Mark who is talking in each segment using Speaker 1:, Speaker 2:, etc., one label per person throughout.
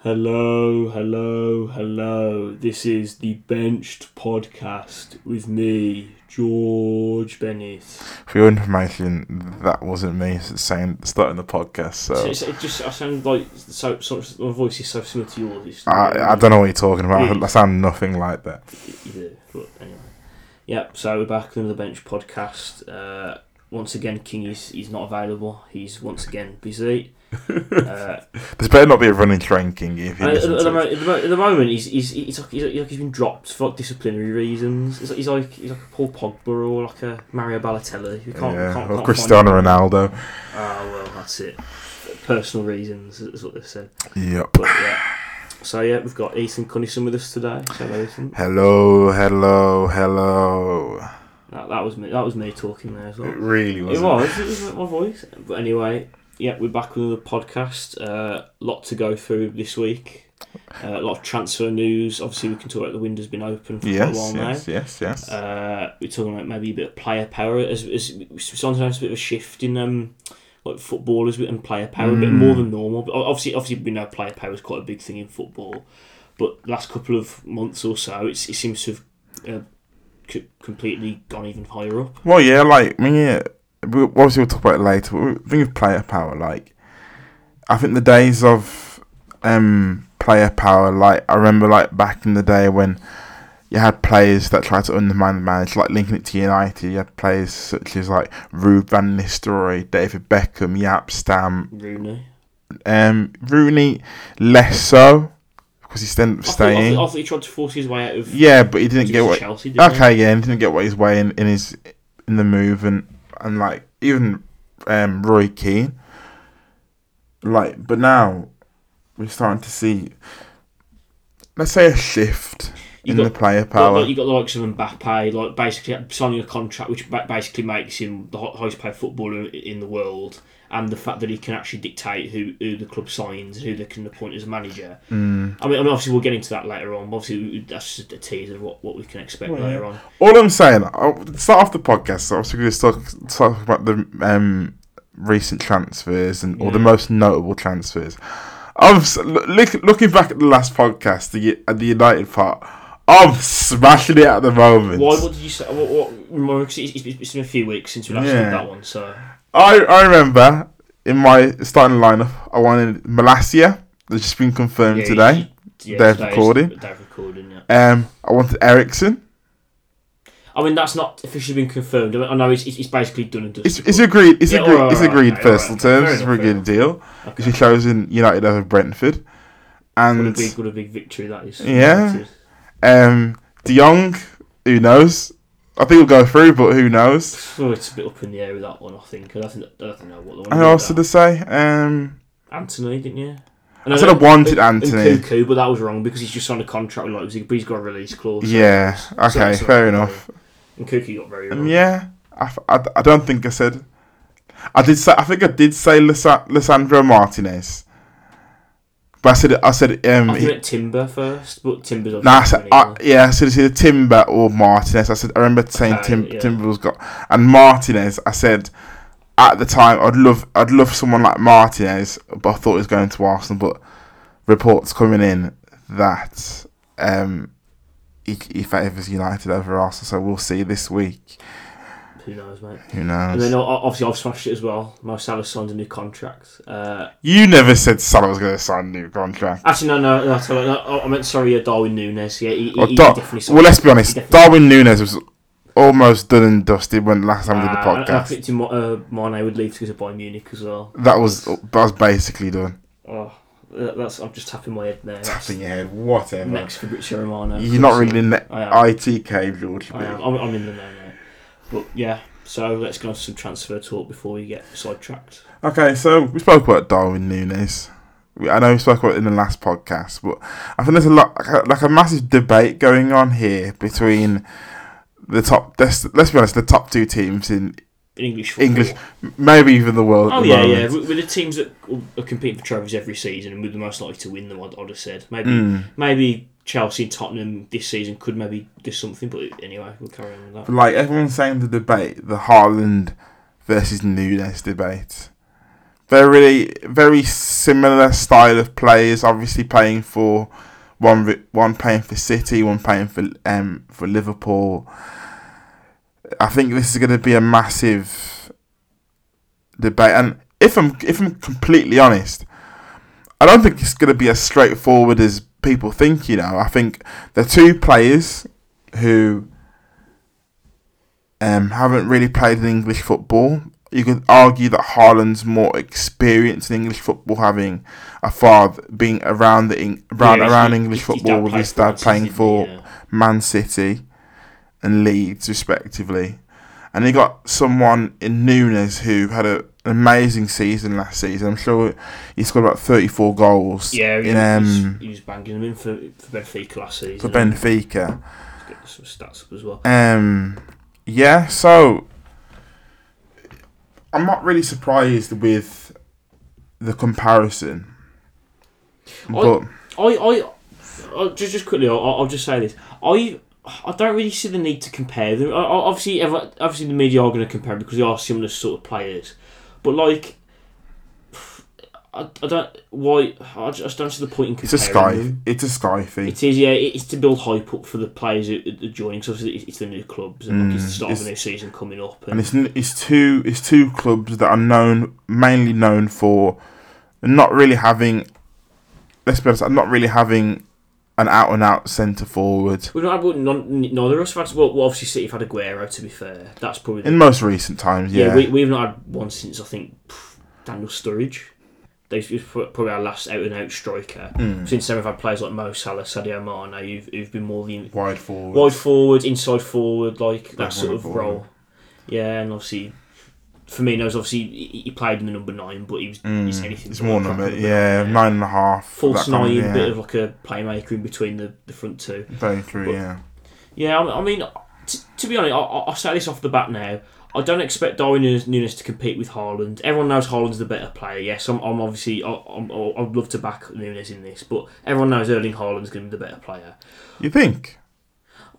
Speaker 1: Hello, hello, hello. This is the Benched Podcast with me, George Bennett.
Speaker 2: For your information, that wasn't me saying starting the podcast.
Speaker 1: So
Speaker 2: So
Speaker 1: it's, it just I sound like so, so my voice is so similar to yours. It's
Speaker 2: I, I don't know what you're talking about.
Speaker 1: Yeah.
Speaker 2: I sound nothing like that.
Speaker 1: Yeah, but anyway. Yep. So we're back with the Bench Podcast. Uh, once again, King is he's not available. He's once again busy. Uh,
Speaker 2: This better not be a running train, Kingy. If you
Speaker 1: And at,
Speaker 2: listen
Speaker 1: the- at, the
Speaker 2: to
Speaker 1: mo-
Speaker 2: it.
Speaker 1: at, the, mo- at the moment, he's he's he's like, he's like he's been dropped for like disciplinary reasons. It's like, he's like he's like a Paul Pogba or like a Mario Balotelli. We can't,
Speaker 2: yeah,
Speaker 1: can't,
Speaker 2: or
Speaker 1: can't
Speaker 2: Cristiano
Speaker 1: find-
Speaker 2: Ronaldo.
Speaker 1: Ah, well, that's it. Personal reasons is what they said.
Speaker 2: Yep.
Speaker 1: But yeah. So yeah, we've got Ethan Cunnison with us today. So Ethan,
Speaker 2: Hello, hello, hello.
Speaker 1: that, that was me. That was me talking there as
Speaker 2: It
Speaker 1: well.
Speaker 2: really
Speaker 1: It
Speaker 2: wasn't.
Speaker 1: was. It was my voice. But anyway, yeah, we're back with another podcast. uh, lot to go through this week. Uh, a lot of transfer news. Obviously, we can talk about the window's been open for quite a while
Speaker 2: Yes,
Speaker 1: now.
Speaker 2: yes, yes, yes.
Speaker 1: Uh, we're talking about maybe a bit of player power. As, as sometimes a bit of a shift in um, like footballers and player power, a bit
Speaker 2: Mm.
Speaker 1: more than normal. But obviously, obviously, we know player power is quite a big thing in football. But last couple of months or so, it's, it seems to have uh, c- completely gone even higher up.
Speaker 2: Well, yeah, like I mean, yeah, we, obviously we'll talk about it later. But the thing with player power, like, I think the days of um player power, like I remember, like back in the day when you had players that tried to undermine the manager, like linking it to United. You had players such as like Ruud van Nistelrooy, David Beckham, Yap Stam,
Speaker 1: Rooney.
Speaker 2: um, Rooney, less so because he's then
Speaker 1: I thought, I,
Speaker 2: staying.
Speaker 1: thought, I thought he tried to force his way out of
Speaker 2: Yeah, but he didn't get what
Speaker 1: Chelsea. Didn't he?
Speaker 2: Okay, yeah, and didn't get what his way in, in his in the move and and like even um Roy Keane. Like but now we're starting to see let's say a shift
Speaker 1: You
Speaker 2: in
Speaker 1: got-
Speaker 2: the player
Speaker 1: Well,
Speaker 2: power.
Speaker 1: like, you got the likes of Mbappe, like basically signing a contract which ba- basically makes him the hi- highest paid footballer i- in the world, and the fact that he can actually dictate who, who the club signs, who they can appoint as a manager.
Speaker 2: Mm.
Speaker 1: I mean, I mean, obviously we'll get into that later on. But obviously, we- that's just a teaser of what, what we can expect
Speaker 2: Well, yeah.
Speaker 1: later on.
Speaker 2: All I'm saying, I'll start off the podcast. So obviously, we're going to talk, talk about the um, recent transfers and or the
Speaker 1: Yeah.
Speaker 2: most notable transfers. I'm s- look, look- looking back at the last podcast, the U- at the United part. I'm smashing it at the moment.
Speaker 1: Why? What did you say? What? what remember, 'cause it's, it's- it's been a few weeks since we last
Speaker 2: Yeah.
Speaker 1: did that one, so
Speaker 2: I, I remember in my starting lineup, I wanted Malasia. That's just been confirmed
Speaker 1: yeah,
Speaker 2: today.
Speaker 1: you- yeah,
Speaker 2: They're
Speaker 1: today's-
Speaker 2: recording.
Speaker 1: They're recording. Yeah.
Speaker 2: Um, I wanted Ericsson.
Speaker 1: I mean, that's not officially been confirmed. I, mean, I know it's, it's it's basically done and
Speaker 2: It's,
Speaker 1: dusted.
Speaker 2: it's agreed. It's
Speaker 1: Yeah,
Speaker 2: agreed.
Speaker 1: alright,
Speaker 2: it's
Speaker 1: alright,
Speaker 2: agreed.
Speaker 1: okay,
Speaker 2: personal
Speaker 1: alright,
Speaker 2: terms.
Speaker 1: fair
Speaker 2: it's a
Speaker 1: enough,
Speaker 2: pretty good deal.
Speaker 1: but- okay.
Speaker 2: Because he chosen United over Brentford,
Speaker 1: What a
Speaker 2: and
Speaker 1: big, what a big victory that is.
Speaker 2: Yeah.
Speaker 1: United.
Speaker 2: um, De Jong. Who knows? I think he'll go through, but who knows?
Speaker 1: So it's a bit up in the air with that one, I think. I don't, think, I don't know what the one.
Speaker 2: And who else did I say? Um,
Speaker 1: Anthony, didn't you?
Speaker 2: I said I wanted Anthony.
Speaker 1: And Cuckoo, but that was wrong because he's just signed a contract with Leipzig, but he's got a release clause.
Speaker 2: yeah.
Speaker 1: So
Speaker 2: Okay.
Speaker 1: that's not
Speaker 2: fair
Speaker 1: really-
Speaker 2: enough.
Speaker 1: And Cuckoo got very wrong.
Speaker 2: Um, yeah, I, f- I- I don't think I said. I did say. I think I did say Lisa- Lissandro Martinez, but I said I said um.
Speaker 1: I think
Speaker 2: He,
Speaker 1: at Timber first, but Timber's on.
Speaker 2: nah, I said, I, yeah, I said it's either Timber or Martinez. I said I remember saying
Speaker 1: Okay,
Speaker 2: Tim,
Speaker 1: Uh, yeah.
Speaker 2: Timber was got and Martinez. I said at the time I'd love I'd love someone like Martinez, but I thought he was going to Arsenal. But reports coming in that um he, he favours United over Arsenal, so we'll see this week.
Speaker 1: Who knows, mate?
Speaker 2: Who knows?
Speaker 1: And then o- obviously I've smashed it as well. Mo Salah signed a new contract. Uh,
Speaker 2: You never said Salah was going to sign a new contract.
Speaker 1: actually, no, no, no, sorry, no, I meant sorry, uh, Darwin Nunes. Yeah, he, he,
Speaker 2: Well,
Speaker 1: he
Speaker 2: Oh, Dar-
Speaker 1: definitely signed.
Speaker 2: Well, let's be honest.
Speaker 1: Definitely.
Speaker 2: Darwin Nunes was almost done and dusted when last time we did the
Speaker 1: Uh, and I
Speaker 2: podcast.
Speaker 1: picked him. Uh, Mane would leave to go to Bayern Munich as well.
Speaker 2: That was that was basically done.
Speaker 1: Oh, that- that's I'm just tapping my head there. That's
Speaker 2: Tapping your head, whatever.
Speaker 1: next Fabrizio Romano.
Speaker 2: You're not really in the
Speaker 1: I am. I,
Speaker 2: ITK, George.
Speaker 1: am. I'm, I'm in the know, mate. But yeah, so let's go on to some transfer talk before we get sidetracked.
Speaker 2: Okay, so we spoke about Darwin Nunes. We, I know we spoke about it in the last podcast, but I think there's a lot, like a, like a massive debate going on here between the top. Let's, let's be honest, the top two teams in
Speaker 1: In English football.
Speaker 2: English, maybe even the world. at
Speaker 1: Oh
Speaker 2: the
Speaker 1: yeah,
Speaker 2: moment.
Speaker 1: yeah. With with the teams that are competing for trophies every season and we're the most likely to win them, I'd, I'd have said maybe
Speaker 2: Mm.
Speaker 1: maybe Chelsea and Tottenham this season could maybe do something. But anyway, we'll carry on with
Speaker 2: But
Speaker 1: that.
Speaker 2: like everyone's saying the debate, the Haaland versus Nunes debate. they're really very similar style of players. Obviously, playing for one re- one playing for City, one playing for um for Liverpool. I think this is going to be a massive debate, and if I'm if I'm completely honest, I don't think it's going to be as straightforward as people think. You know, I think the two players who um, haven't really played in English football. You could argue that Haaland's more experienced in English football, having a father being around the Eng- around,
Speaker 1: Yeah,
Speaker 2: around
Speaker 1: he-
Speaker 2: English
Speaker 1: his
Speaker 2: football
Speaker 1: dad
Speaker 2: with
Speaker 1: played
Speaker 2: his
Speaker 1: for
Speaker 2: dad playing
Speaker 1: City,
Speaker 2: for
Speaker 1: yeah.
Speaker 2: Man City and Leeds, respectively. And they got someone in Nunes who had a, an amazing season last season. I'm sure he scored about 34 goals
Speaker 1: Yeah, he,
Speaker 2: in um,
Speaker 1: was, he was banging them in for, for Benfica last season.
Speaker 2: for Benfica.
Speaker 1: Let's get some stats up as well.
Speaker 2: Um, yeah, so I'm not really surprised with the comparison, but
Speaker 1: I, I, I just just quickly, I'll, I'll just say this. I, I don't really see the need to compare them. I, I, obviously, ever, obviously the media are going to compare because they are similar sort of players. But like, I, I don't why I just don't see the point in
Speaker 2: it's a
Speaker 1: comparing.
Speaker 2: sky,
Speaker 1: them.
Speaker 2: it's a sky thing.
Speaker 1: It is, yeah. It's to build hype up for the players who who are joining. Because obviously, it's the new clubs and like, it's the
Speaker 2: Mm,
Speaker 1: start of
Speaker 2: it's-
Speaker 1: a new season coming up.
Speaker 2: and it's n- it's two it's two clubs that are known mainly known for not really having. Let's be honest, not really having an out and out centre forward
Speaker 1: We've not had well, none, neither of us have had. Well, well, obviously, City have had Aguero. To be fair, that's probably the,
Speaker 2: in most recent times.
Speaker 1: yeah.
Speaker 2: Yeah,
Speaker 1: we, we've not had one since I think pff, Daniel Sturridge. They've he's pro- probably our last out and out striker.
Speaker 2: Mm.
Speaker 1: Since then, we've had players like Mo Salah, Sadio Mane, who've, who've been more the
Speaker 2: wide forward.
Speaker 1: wide forward, inside forward, like that
Speaker 2: Back
Speaker 1: sort of
Speaker 2: forward.
Speaker 1: role. Yeah, and obviously. Firmino's obviously he he played in the number nine, but he was
Speaker 2: Mm,
Speaker 1: he's anything.
Speaker 2: It's
Speaker 1: but
Speaker 2: more
Speaker 1: a
Speaker 2: than
Speaker 1: proper
Speaker 2: a
Speaker 1: number
Speaker 2: yeah,
Speaker 1: nine,
Speaker 2: nine and a half.
Speaker 1: false
Speaker 2: that kind
Speaker 1: nine,
Speaker 2: of-
Speaker 1: bit of like a playmaker in between the, the front two.
Speaker 2: Very true,
Speaker 1: But-
Speaker 2: yeah.
Speaker 1: Yeah, I I mean, t- to be honest, I- I- I'll say this off the bat now. I don't expect Darwin Nunes- Nunes to compete with Haaland. Everyone knows Haaland's the better player. Yes, I'm, I'm obviously, I, I'm, I'd love to back Nunes in this, but everyone knows Erling Haaland's going to be the better player.
Speaker 2: You think?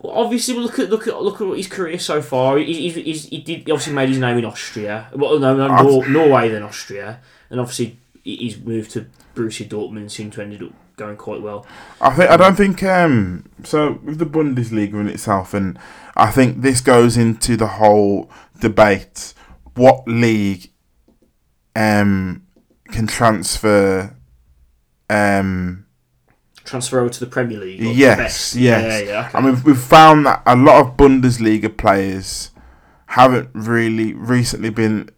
Speaker 1: Well, obviously, look at look at look at his career so far. He, he, he's, he did he obviously made his name in Austria. Well, no, no
Speaker 2: I've-
Speaker 1: Nor- Norway then Austria, and obviously he- he's moved to Borussia Dortmund, and seemed to ended up going quite well.
Speaker 2: I think I don't think um so with the Bundesliga in itself and I think this goes into the whole debate what league um can transfer um
Speaker 1: Transfer over to the Premier League. like the
Speaker 2: Yes,
Speaker 1: best.
Speaker 2: yes.
Speaker 1: yeah, yeah. okay.
Speaker 2: I mean we've found that a lot of Bundesliga players haven't really recently been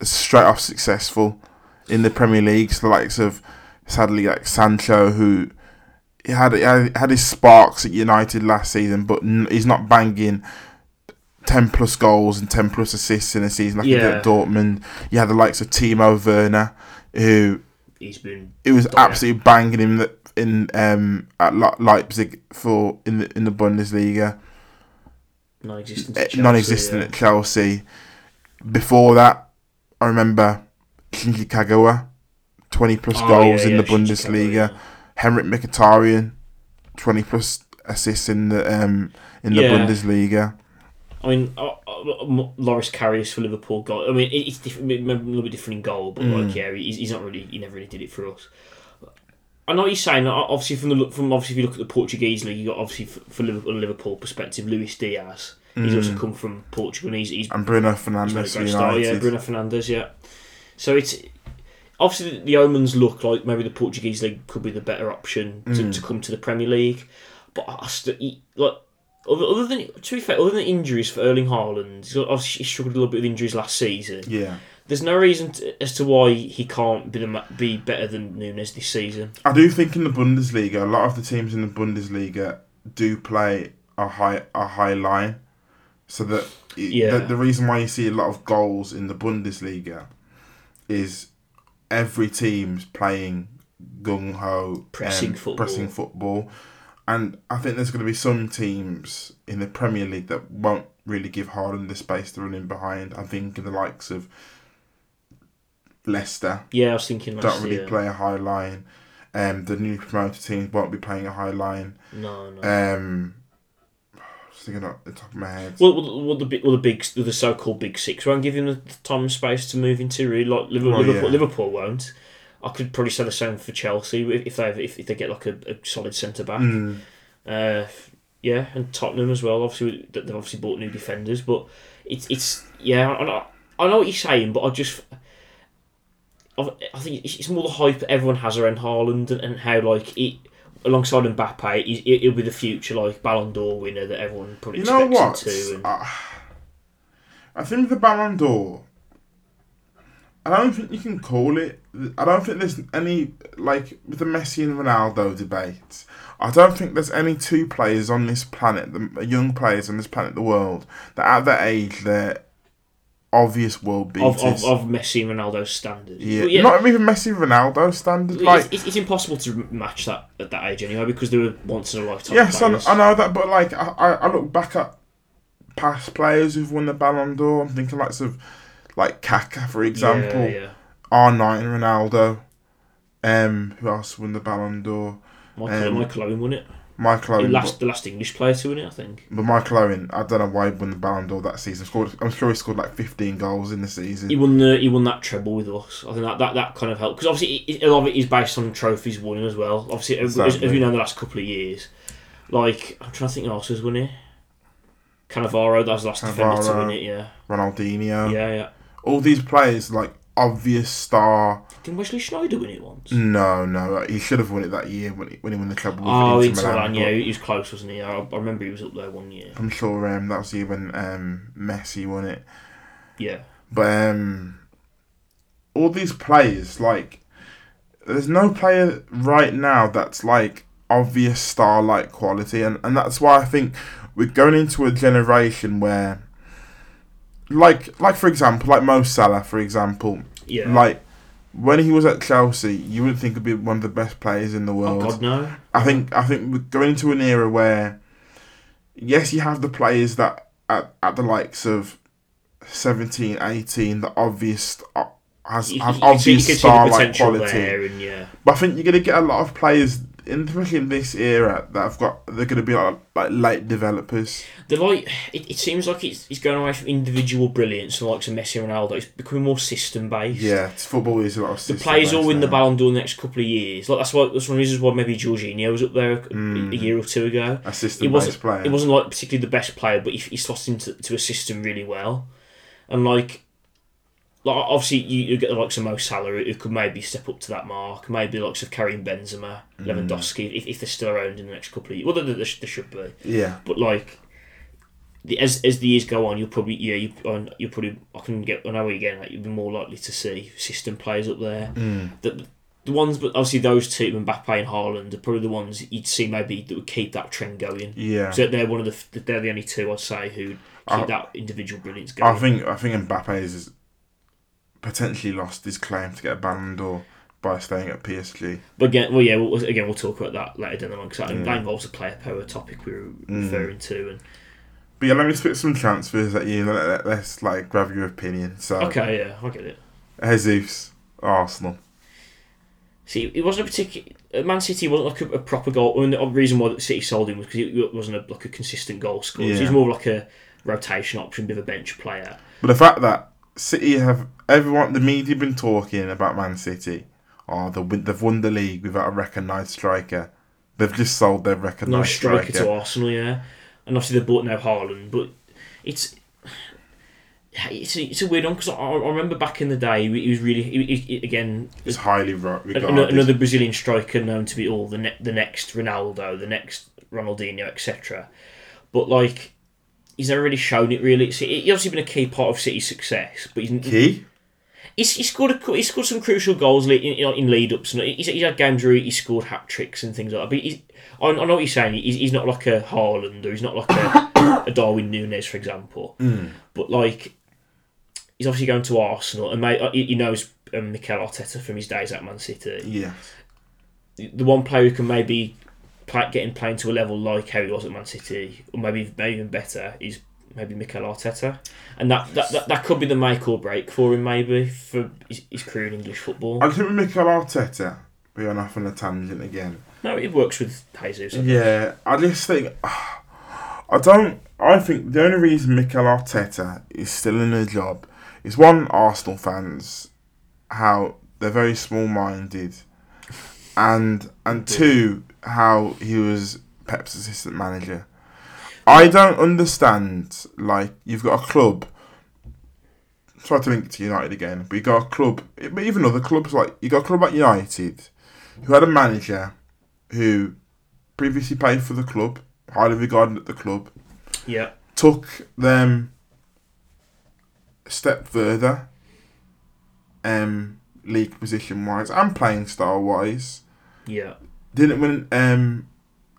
Speaker 2: straight off successful in the Premier League. So the likes of sadly like Sancho, who he had he had had his sparks at United last season, but n- he's not banging. 10 plus goals and 10 plus assists in a season like he did
Speaker 1: Yeah.
Speaker 2: at Dortmund. You had the likes of Timo Werner, who
Speaker 1: he's been
Speaker 2: it was
Speaker 1: Don't know.
Speaker 2: absolutely banging him the, in um at Le- Leipzig for in the in the Bundesliga,
Speaker 1: non-existent.
Speaker 2: Eh, non-existent at Chelsea. Before that, I remember Shinji Kagawa, twenty plus
Speaker 1: Oh,
Speaker 2: goals in the Bundesliga. Henrik Mkhitaryan, twenty plus assists in the um in the
Speaker 1: Yeah.
Speaker 2: Bundesliga.
Speaker 1: I mean, uh, uh, Loris Karius for Liverpool. Goal. I mean, it- it's different, maybe a little bit different in goal, but like, yeah, he's, he's not really. He never really did it for us. I know what you're saying. uh, Obviously, from the look, from obviously, if you look at the Portuguese league, you got obviously f- for Liverpool, Liverpool perspective, Luis Diaz. He's also come from Portugal, and he's he's
Speaker 2: And Bruno
Speaker 1: He's made a
Speaker 2: Fernandes for
Speaker 1: great
Speaker 2: United.
Speaker 1: start, yeah, Bruno Fernandes, yeah. So it's obviously the omens look like maybe the Portuguese league could be the better option to,
Speaker 2: Hmm.
Speaker 1: to come to the Premier League, but I still like other, other than to be fair, other than injuries for Erling Haaland, he's got- obviously he struggled a little bit with injuries last season.
Speaker 2: Yeah.
Speaker 1: There's no reason to, as to why he can't be the, ma- be better than Nunes this season.
Speaker 2: I do think in the Bundesliga, a lot of the teams in the Bundesliga do play a high a high line, so that it-
Speaker 1: Yeah.
Speaker 2: the, the reason why you see a lot of goals in the Bundesliga is every team's playing gung ho
Speaker 1: Pressing football.
Speaker 2: pressing football, and I think there's going to be some teams in the Premier League that won't really give Haaland the space to run in behind. I think the likes of Leicester
Speaker 1: Yeah, I was thinking last
Speaker 2: don't really
Speaker 1: year.
Speaker 2: play a high line. Uh, Um, the newly promoted teams won't be playing a high line.
Speaker 1: No, no.
Speaker 2: Um, thinking off the top of my head.
Speaker 1: Well, well, well the big, well, the big, the so-called big six won't give him the time and space to move into. Really, like Liverpool,
Speaker 2: Well,
Speaker 1: Liverpool,
Speaker 2: Oh, yeah.
Speaker 1: Liverpool won't. I could probably say the same for Chelsea if if they have, if, if they get like a, a solid centre back.
Speaker 2: Mm.
Speaker 1: Uh, yeah, and Tottenham as well. Obviously, that they've obviously bought new defenders, but it's it's yeah. I know, I know what you're saying, but I just I I think it's it's more the hype that everyone has around Haaland and, and how like it alongside Mbappe, he, he'll be the future like Ballon d'Or winner that everyone probably
Speaker 2: You know what?
Speaker 1: expects him to. And,
Speaker 2: Ah, I, think with the Ballon d'Or, I don't think you can call it. I don't think there's any like with the Messi and Ronaldo debate. I don't think there's any two players on this planet, the young players on this planet, the world, that at that age they're obvious world
Speaker 1: of, of,
Speaker 2: beaters.
Speaker 1: of Messi and Ronaldo's standard.
Speaker 2: yeah.
Speaker 1: But
Speaker 2: not even Messi, Ronaldo standard. Like
Speaker 1: it's, it's, it's impossible to match that at that age anyway because they were once in a lifetime.
Speaker 2: Yes, I,
Speaker 1: players.
Speaker 2: I know that, but like I, I I look back at past players who've won the Ballon d'Or. I'm thinking likes of like Kaká, for example,
Speaker 1: Yeah, yeah.
Speaker 2: R9 Ronaldo. Um, who else won the Ballon d'Or?
Speaker 1: Michael,
Speaker 2: Um,
Speaker 1: Michael Owen won it.
Speaker 2: Michael
Speaker 1: The
Speaker 2: Owen.
Speaker 1: last, the last English player to win it, I think.
Speaker 2: But Michael Owen, I don't know why he won the Ballon d'Or that season. Scored, I'm sure he scored like 15 goals in the season.
Speaker 1: He won the he won that treble with us. I think that, that, that kind of helped because obviously it, it- a lot of it is based on trophies won as well. Obviously, as- as, as
Speaker 2: Exactly.
Speaker 1: we know, the last couple of years, like I'm trying to think who else has won it. Cannavaro, that was the last defender to
Speaker 2: Cannavaro.
Speaker 1: win it. Yeah,
Speaker 2: Ronaldinho.
Speaker 1: yeah, yeah.
Speaker 2: All these players like obvious star.
Speaker 1: Didn't Wesley Schneider win it once?
Speaker 2: No, no, he should have won it that year when he when he won the treble. with
Speaker 1: Oh,
Speaker 2: Inter
Speaker 1: Inter
Speaker 2: Milan,
Speaker 1: Milan,
Speaker 2: but-
Speaker 1: yeah, he was close, wasn't he? I, I remember he was up there one year.
Speaker 2: I'm sure um, that was the year when um, Messi won it.
Speaker 1: Yeah,
Speaker 2: But um, all these players, like, there's no player right now that's like obvious star like quality. And, and that's why I think we're going into a generation where, like, like for example, like Mo Salah, for example,
Speaker 1: yeah.
Speaker 2: like, when he was at Chelsea, you would think he'd be one of the best players in the
Speaker 1: oh
Speaker 2: world.
Speaker 1: God, no.
Speaker 2: I think I think we're going into an era where, yes, you have the players that at, at the likes of 17, 18, the obvious o- has
Speaker 1: You,
Speaker 2: have
Speaker 1: you can see- you
Speaker 2: obvious
Speaker 1: can see the
Speaker 2: star like
Speaker 1: potential
Speaker 2: quality.
Speaker 1: there, and yeah,
Speaker 2: But I think you're gonna get a lot of players, in, especially in this era, that have got they're gonna be like, like late developers.
Speaker 1: The like it, it seems like it's, it's going away from individual brilliance and the likes of Messi and Ronaldo. It's becoming more system based.
Speaker 2: Yeah, it's- football is a lot of
Speaker 1: The players all win the Ballon d'Or in the next couple of years. Like that's why that's one of the reasons why maybe Jorginho was up there a,
Speaker 2: Mm.
Speaker 1: a year or two ago.
Speaker 2: A
Speaker 1: It
Speaker 2: system-based
Speaker 1: wasn't
Speaker 2: player.
Speaker 1: it wasn't like particularly the best player, but he, he slotted into to a system really well. And like, like obviously you, you get the likes of Mo Salah who could maybe step up to that mark. Maybe the likes of Karim Benzema, Lewandowski, if, if they're still around in the next couple of years. Well, they, they, sh- they should be
Speaker 2: yeah,
Speaker 1: but like the, as as the years go on, you'll probably yeah you on you'll probably I can get I know what you're getting at. You'll be more likely to see system players up there.
Speaker 2: Mm.
Speaker 1: The, the ones, but obviously those two, Mbappe and Haaland, are probably the ones you'd see maybe that would keep that trend going.
Speaker 2: yeah.
Speaker 1: So they're one of the f- they're the only two I'd say who keep
Speaker 2: I-
Speaker 1: that individual brilliance
Speaker 2: I
Speaker 1: going.
Speaker 2: think I think Mbappe has potentially lost his claim to get a Ballon d'Or by staying at PSG.
Speaker 1: but again, well yeah, we'll, again we'll talk about that later down the line because that, that involves a player power topic we were
Speaker 2: Mm.
Speaker 1: referring to. And
Speaker 2: But yeah, let me spit some transfers at you. Let, let, let's like grab your opinion. So
Speaker 1: okay, yeah, I get it.
Speaker 2: Jesus, Arsenal.
Speaker 1: See, it wasn't a particular. Man City wasn't like a, a proper goal. I mean, the reason why City sold him was because he wasn't a, like a consistent goal scorer. So
Speaker 2: Yeah.
Speaker 1: he's more like a rotation option, bit of a bench player.
Speaker 2: But the fact that City have everyone, the media been talking about Man City. Oh, the, win- they've won the league without a recognised striker. They've just sold their
Speaker 1: No
Speaker 2: recognised
Speaker 1: striker
Speaker 2: striker.
Speaker 1: to Arsenal, yeah. And obviously they bought now Haaland, but it's. It's a, it's a weird one because I, I remember back in the day he was really he, he, again
Speaker 2: It's highly ro-
Speaker 1: an-
Speaker 2: regarded.
Speaker 1: another, Brazilian striker known to be all the ne- the next Ronaldo, the next Ronaldinho, etc. But like, he's never really shown it. Really, it's, he's obviously been a key part of City's success, but he's,
Speaker 2: Key?
Speaker 1: he's, he scored a, cou- he scored some crucial goals li- in, in, in lead ups and he's, he's had games where he scored hat tricks and things like that. But he's, I, I know what you're saying. He's, he's not like a Haaland or he's not like a, a Darwin Nunes, for example. But like he's obviously going to Arsenal and mate, uh, he he knows um, Mikel Arteta from his days at Man City.
Speaker 2: Yeah.
Speaker 1: The one player who can maybe play, get him playing to a level like how he was at Man City, or maybe maybe even better, is maybe Mikel Arteta, and that, that, that, that could be the make or break for him, maybe for his, his career in English football.
Speaker 2: I think with Mikel Arteta, we're going off on a tangent again.
Speaker 1: No, it works with Jesus.
Speaker 2: Yeah, I just think I don't. I I think the only reason Mikel Arteta is still in the job is one Arsenal fans how they're very small minded, and and two how he was Pep's assistant manager. I don't understand. Like you've got a club. Try to link it to United again, but you got a club, but even other clubs like you got a club like United, who had a manager who previously played for the club, highly regarded at the club,
Speaker 1: Yeah.
Speaker 2: took them a step further, um, league position wise and playing style wise.
Speaker 1: Yeah.
Speaker 2: Didn't win. Um,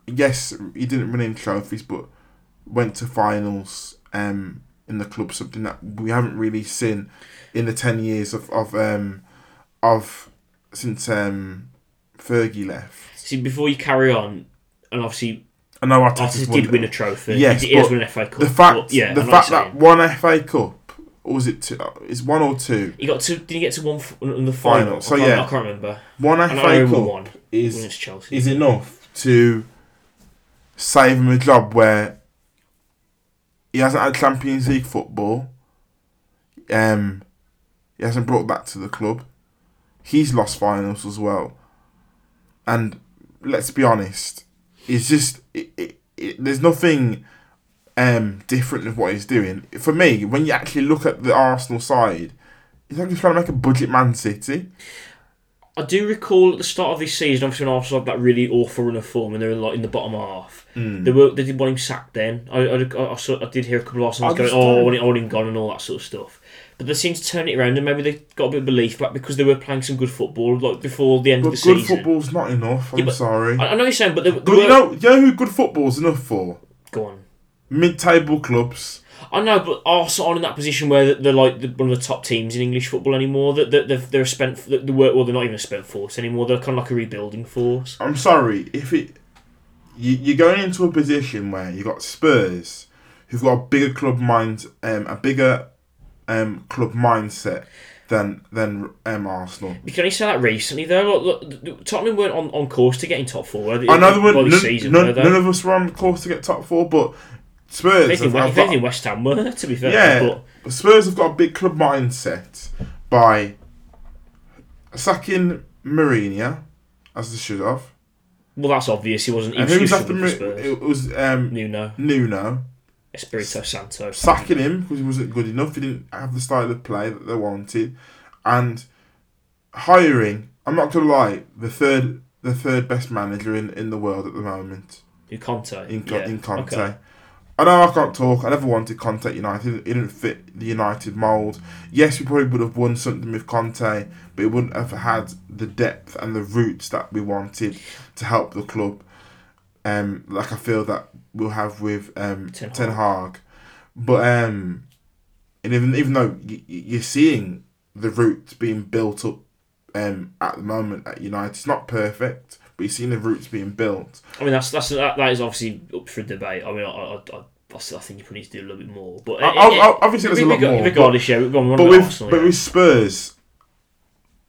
Speaker 2: yes, he didn't win any trophies, but went to finals. Um, in the club, something that we haven't really seen in the ten years of of um of since um Fergie left.
Speaker 1: See, before you carry on, and obviously
Speaker 2: I know Arteta's
Speaker 1: Arteta
Speaker 2: won
Speaker 1: did win a trophy.
Speaker 2: Yes,
Speaker 1: he, he has
Speaker 2: but
Speaker 1: won an FA Cup.
Speaker 2: the fact,
Speaker 1: but yeah,
Speaker 2: the
Speaker 1: I know
Speaker 2: fact
Speaker 1: what you're
Speaker 2: that
Speaker 1: saying.
Speaker 2: one FA Cup or was it two? Is one or two?
Speaker 1: he got to did he get to one f- in the final?
Speaker 2: Final, so
Speaker 1: I can't,
Speaker 2: yeah.
Speaker 1: I can't remember.
Speaker 2: One
Speaker 1: I know he
Speaker 2: FA
Speaker 1: won
Speaker 2: Cup
Speaker 1: one
Speaker 2: is
Speaker 1: against Chelsea.
Speaker 2: is enough to save him a job where he hasn't had Champions League football. Um, he hasn't brought that to the club. He's lost finals as well, and let's be honest, it's just it, it, it, there's nothing um different of what he's doing. For me, when you actually look at the Arsenal side, he's like he's trying to make a budget Man City.
Speaker 1: I do recall at the start of this season, obviously when Arsenal had that really awful run of form and they were like in the bottom half.
Speaker 2: Hmm.
Speaker 1: They were they did want him sacked then. I I, I, I saw, I did hear a couple of Arsenal
Speaker 2: I
Speaker 1: fans going,
Speaker 2: just
Speaker 1: "Oh, I
Speaker 2: don't-
Speaker 1: want, it, I want him gone" and all that sort of stuff. But they seemed to turn it around and maybe they got a bit of belief back because they were playing some good football like before the end
Speaker 2: But
Speaker 1: of the
Speaker 2: good
Speaker 1: season.
Speaker 2: football's not enough. I'm
Speaker 1: Yeah, but-
Speaker 2: sorry.
Speaker 1: I, I know you're saying, but they, they
Speaker 2: But
Speaker 1: were
Speaker 2: you know, you know who good football's enough for?
Speaker 1: go on.
Speaker 2: Mid-table clubs.
Speaker 1: I know, but Arsenal aren't in that position where they're like the, one of the top teams in English football anymore. That that they've they're a spent the work. Well, they're not even a spent force anymore. They're kind of like a rebuilding force.
Speaker 2: I'm sorry if it. You, you're going into a position where you got Spurs, who've got a bigger club mind, um, a bigger um, club mindset than than um, Arsenal.
Speaker 1: You can only say that recently though. Look, look, th- th- Tottenham weren't on, on course to get in top four. Were they,
Speaker 2: I know there
Speaker 1: by
Speaker 2: were
Speaker 1: this
Speaker 2: none,
Speaker 1: season, were
Speaker 2: none,
Speaker 1: they?
Speaker 2: none of us were on course to get top four, but Spurs.
Speaker 1: If anything,
Speaker 2: have-
Speaker 1: West,
Speaker 2: have
Speaker 1: if
Speaker 2: got-
Speaker 1: anything, West Ham were to be fair.
Speaker 2: Yeah,
Speaker 1: but
Speaker 2: Spurs have got a big club mindset by sacking Mourinho, as they should have.
Speaker 1: well, that's obvious. He wasn't. He
Speaker 2: And
Speaker 1: was
Speaker 2: who was
Speaker 1: just
Speaker 2: after
Speaker 1: for
Speaker 2: Mourinho?
Speaker 1: Spurs.
Speaker 2: It was um,
Speaker 1: Nuno,
Speaker 2: Nuno.
Speaker 1: Espirito Santo,
Speaker 2: Sacking him because he wasn't good enough. He didn't have the style of play that they wanted, and hiring. I'm not gonna lie, the third, the third best manager in, in the world at the moment
Speaker 1: who Conte.
Speaker 2: in, Con-
Speaker 1: yeah.
Speaker 2: in Conte.
Speaker 1: okay.
Speaker 2: I know I can't talk. I never wanted Conte at United. It didn't fit the United mould. Yes, we probably would have won something with Conte, but it wouldn't have had the depth and the roots that we wanted to help the club. Um, like I feel that we'll have with um
Speaker 1: Ten
Speaker 2: Ten
Speaker 1: Hag.
Speaker 2: Hag. but um, and even even though y- y- you're seeing the roots being built up um at the moment at United, it's not perfect, but you're seeing the roots being built.
Speaker 1: I mean, that's that's that, that is obviously up for debate. I mean, I I, I, I still think you probably need to do a little bit more. But
Speaker 2: I- I- I- obviously there's a lot
Speaker 1: reg-
Speaker 2: more,
Speaker 1: Regardless, yeah, we've gone on
Speaker 2: But
Speaker 1: about
Speaker 2: with
Speaker 1: Arsenal.
Speaker 2: but
Speaker 1: yeah.
Speaker 2: with Spurs,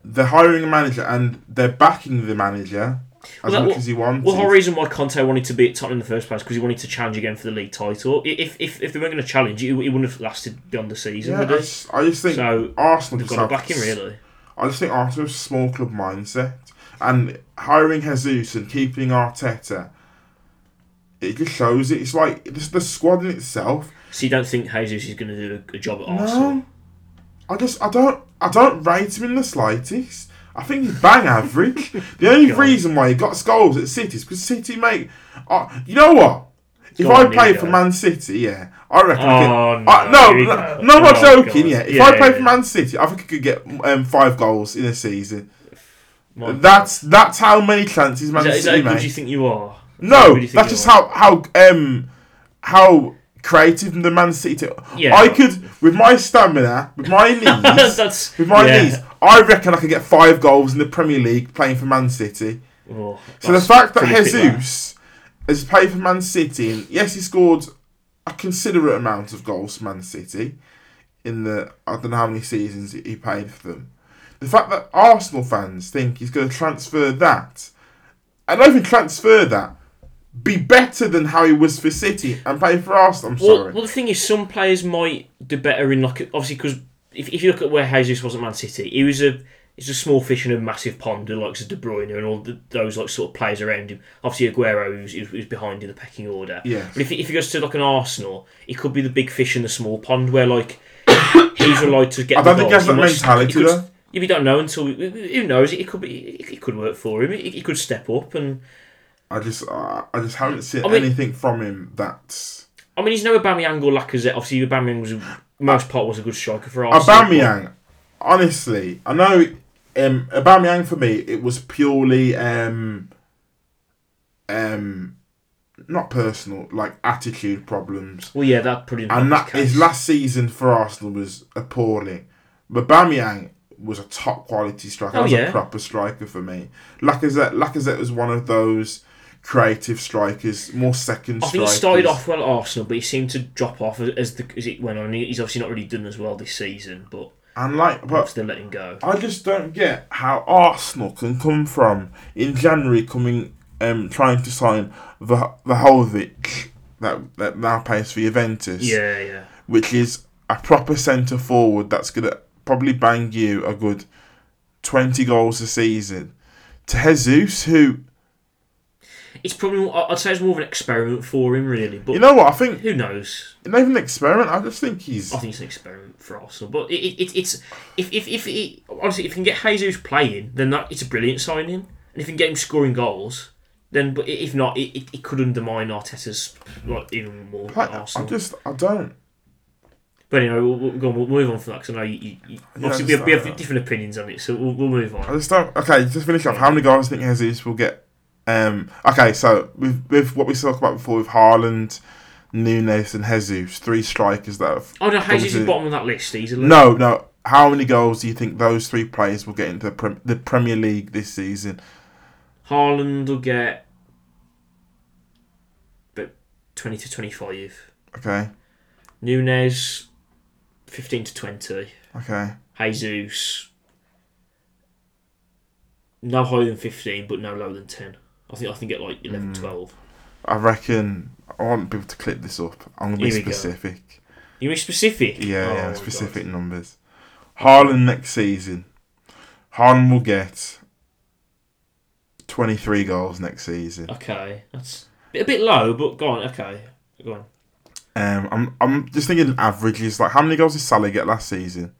Speaker 2: they're hiring a manager and they're backing the manager as
Speaker 1: Well, that-
Speaker 2: much
Speaker 1: well-
Speaker 2: as he wanted.
Speaker 1: well, the whole reason why Conte wanted to be at Tottenham in the first place because he wanted to challenge again for the league title. I- If if, if they weren't going to challenge, he, he wouldn't have lasted beyond the season.
Speaker 2: yeah, I
Speaker 1: would he?
Speaker 2: just, I just think
Speaker 1: So
Speaker 2: Arsenal
Speaker 1: they've
Speaker 2: just
Speaker 1: got to
Speaker 2: have,
Speaker 1: back him really.
Speaker 2: I just think Arsenal have a small club mindset and hiring Jesus and keeping Arteta. It just shows it. It's like this the squad in itself.
Speaker 1: So you don't think Jesus is going to do a, a job at Arsenal?
Speaker 2: No, Um, I just I don't I don't rate him in the slightest. I think he's bang average.
Speaker 1: Oh
Speaker 2: the only
Speaker 1: Go on.
Speaker 2: reason why he got goals at City is because City make. Uh, you know what? If
Speaker 1: Go
Speaker 2: I
Speaker 1: on,
Speaker 2: play
Speaker 1: Nico.
Speaker 2: for Man City, yeah, I reckon.
Speaker 1: Oh,
Speaker 2: I could,
Speaker 1: no,
Speaker 2: I- no,
Speaker 1: here we go.
Speaker 2: no, no, I'm
Speaker 1: Oh,
Speaker 2: not joking.
Speaker 1: God.
Speaker 2: Yeah, if
Speaker 1: Yeah,
Speaker 2: I play
Speaker 1: yeah,
Speaker 2: for
Speaker 1: yeah.
Speaker 2: Man City, I think I could get um, five goals in a season.
Speaker 1: My-
Speaker 2: That's that's how many chances
Speaker 1: is
Speaker 2: Man
Speaker 1: that, is that
Speaker 2: City
Speaker 1: how good you
Speaker 2: make.
Speaker 1: think you are? Is that how
Speaker 2: No,
Speaker 1: good you think
Speaker 2: that's
Speaker 1: you
Speaker 2: just
Speaker 1: are?
Speaker 2: how how um how creative the Man City.
Speaker 1: Yeah.
Speaker 2: I could with my stamina, with my knees,
Speaker 1: that's
Speaker 2: with my
Speaker 1: yeah.
Speaker 2: knees. I reckon I could get five goals in the Premier League playing for Man City.
Speaker 1: Oh,
Speaker 2: So
Speaker 1: that's
Speaker 2: the fact that
Speaker 1: pretty fit, that.
Speaker 2: Jesus has played for Man City, and yes, he scored a considerate amount of goals for Man City in the I don't know how many seasons he played for them. The fact that Arsenal fans think he's going to transfer that, I don't even transfer that, be better than how he was for City and play for Arsenal. I'm
Speaker 1: Well,
Speaker 2: sorry.
Speaker 1: well, the thing is, some players might do better in like obviously because if, if you look at where Jesus was at Man City, he was a it's a small fish in a massive pond. The likes of De Bruyne and all the, those like sort of players around him. Obviously, Aguero who's, who's who's behind in the pecking order.
Speaker 2: Yes.
Speaker 1: But if he- if he goes to like an Arsenal, he could be the big fish in the small pond where like he's relied to get.
Speaker 2: I don't
Speaker 1: the goals.
Speaker 2: think he has that
Speaker 1: might st-
Speaker 2: mentality,
Speaker 1: could
Speaker 2: though.
Speaker 1: st- Yeah, we don't know until we, we- we- who knows. It could be it, it could work for him. It, it could step up and
Speaker 2: I just, uh, I just haven't seen
Speaker 1: I mean-
Speaker 2: anything from him that's.
Speaker 1: I mean he's no Aubameyang or Lacazette. Obviously, Aubameyang was a- most part was a good striker for Arsenal. but-
Speaker 2: Aubameyang, honestly, I know. Um, Aubameyang for me, it was purely um, um, not personal, like attitude problems.
Speaker 1: Well, yeah, that pretty much
Speaker 2: And that
Speaker 1: case.
Speaker 2: his last season for Arsenal was appalling. But Bamyang was a top quality striker.
Speaker 1: Oh,
Speaker 2: That was
Speaker 1: yeah.
Speaker 2: a proper striker for me. Lacazette Lacazette was one of those creative strikers, more second
Speaker 1: I think he
Speaker 2: strikers.
Speaker 1: started off well at Arsenal, but he seemed to drop off as, as the as it went on. He's obviously not really done as well this season, but
Speaker 2: and like
Speaker 1: I've
Speaker 2: but
Speaker 1: still let him go.
Speaker 2: I just don't get how Arsenal can come from in January coming um trying to sign the Vahovic that that now plays for Juventus.
Speaker 1: Yeah, yeah.
Speaker 2: which is a proper centre forward that's gonna probably bang you a good twenty goals a season. To Jesus, who
Speaker 1: It's probably I- I'd say it's more of an experiment for him, really. But
Speaker 2: you know what I think
Speaker 1: who knows?
Speaker 2: not even an experiment. I just think he's
Speaker 1: I think it's an experiment for Arsenal. But it, it, it's if if if it, honestly, if you can get Jesus playing, then that it's a brilliant signing. And if you can get him scoring goals, then but i- if not, it, it, it could undermine Arteta's like even more.
Speaker 2: like, I
Speaker 1: Arsenal.
Speaker 2: just I don't.
Speaker 1: But anyway, we'll, we'll, go on, we'll move on from that because I know you, you, you-
Speaker 2: Yeah,
Speaker 1: obviously we have, we
Speaker 2: that's-
Speaker 1: have different opinions on it, so we'll, we'll move
Speaker 2: I
Speaker 1: on.
Speaker 2: just don't. Okay, just finish off. How many goals do you think Jesus will get? Um. Okay, so with with what we talked about before with Haaland, Nunes, and Jesus, three strikers that have.
Speaker 1: Oh no, Jesus
Speaker 2: Obviously-
Speaker 1: is bottom of that list easily.
Speaker 2: No, no. How many goals do you think those three players will get into the, Prem- the Premier League this season?
Speaker 1: Haaland will get but twenty to twenty-five.
Speaker 2: Okay,
Speaker 1: Nunes, fifteen to twenty.
Speaker 2: okay.
Speaker 1: Jesus, no higher than fifteen, but no lower than ten. I think I think at like 11,
Speaker 2: Hmm.
Speaker 1: 12.
Speaker 2: I reckon I want people to clip this up. I'm gonna be
Speaker 1: Here we go.
Speaker 2: specific.
Speaker 1: You mean specific?
Speaker 2: Yeah,
Speaker 1: Oh, my
Speaker 2: yeah,
Speaker 1: God.
Speaker 2: specific numbers. Haaland next season. Haaland will get twenty three goals next season.
Speaker 1: Okay, that's a bit low, but go on. Okay, go on.
Speaker 2: Um I'm I'm just thinking averages, like how many goals did Salah get last season?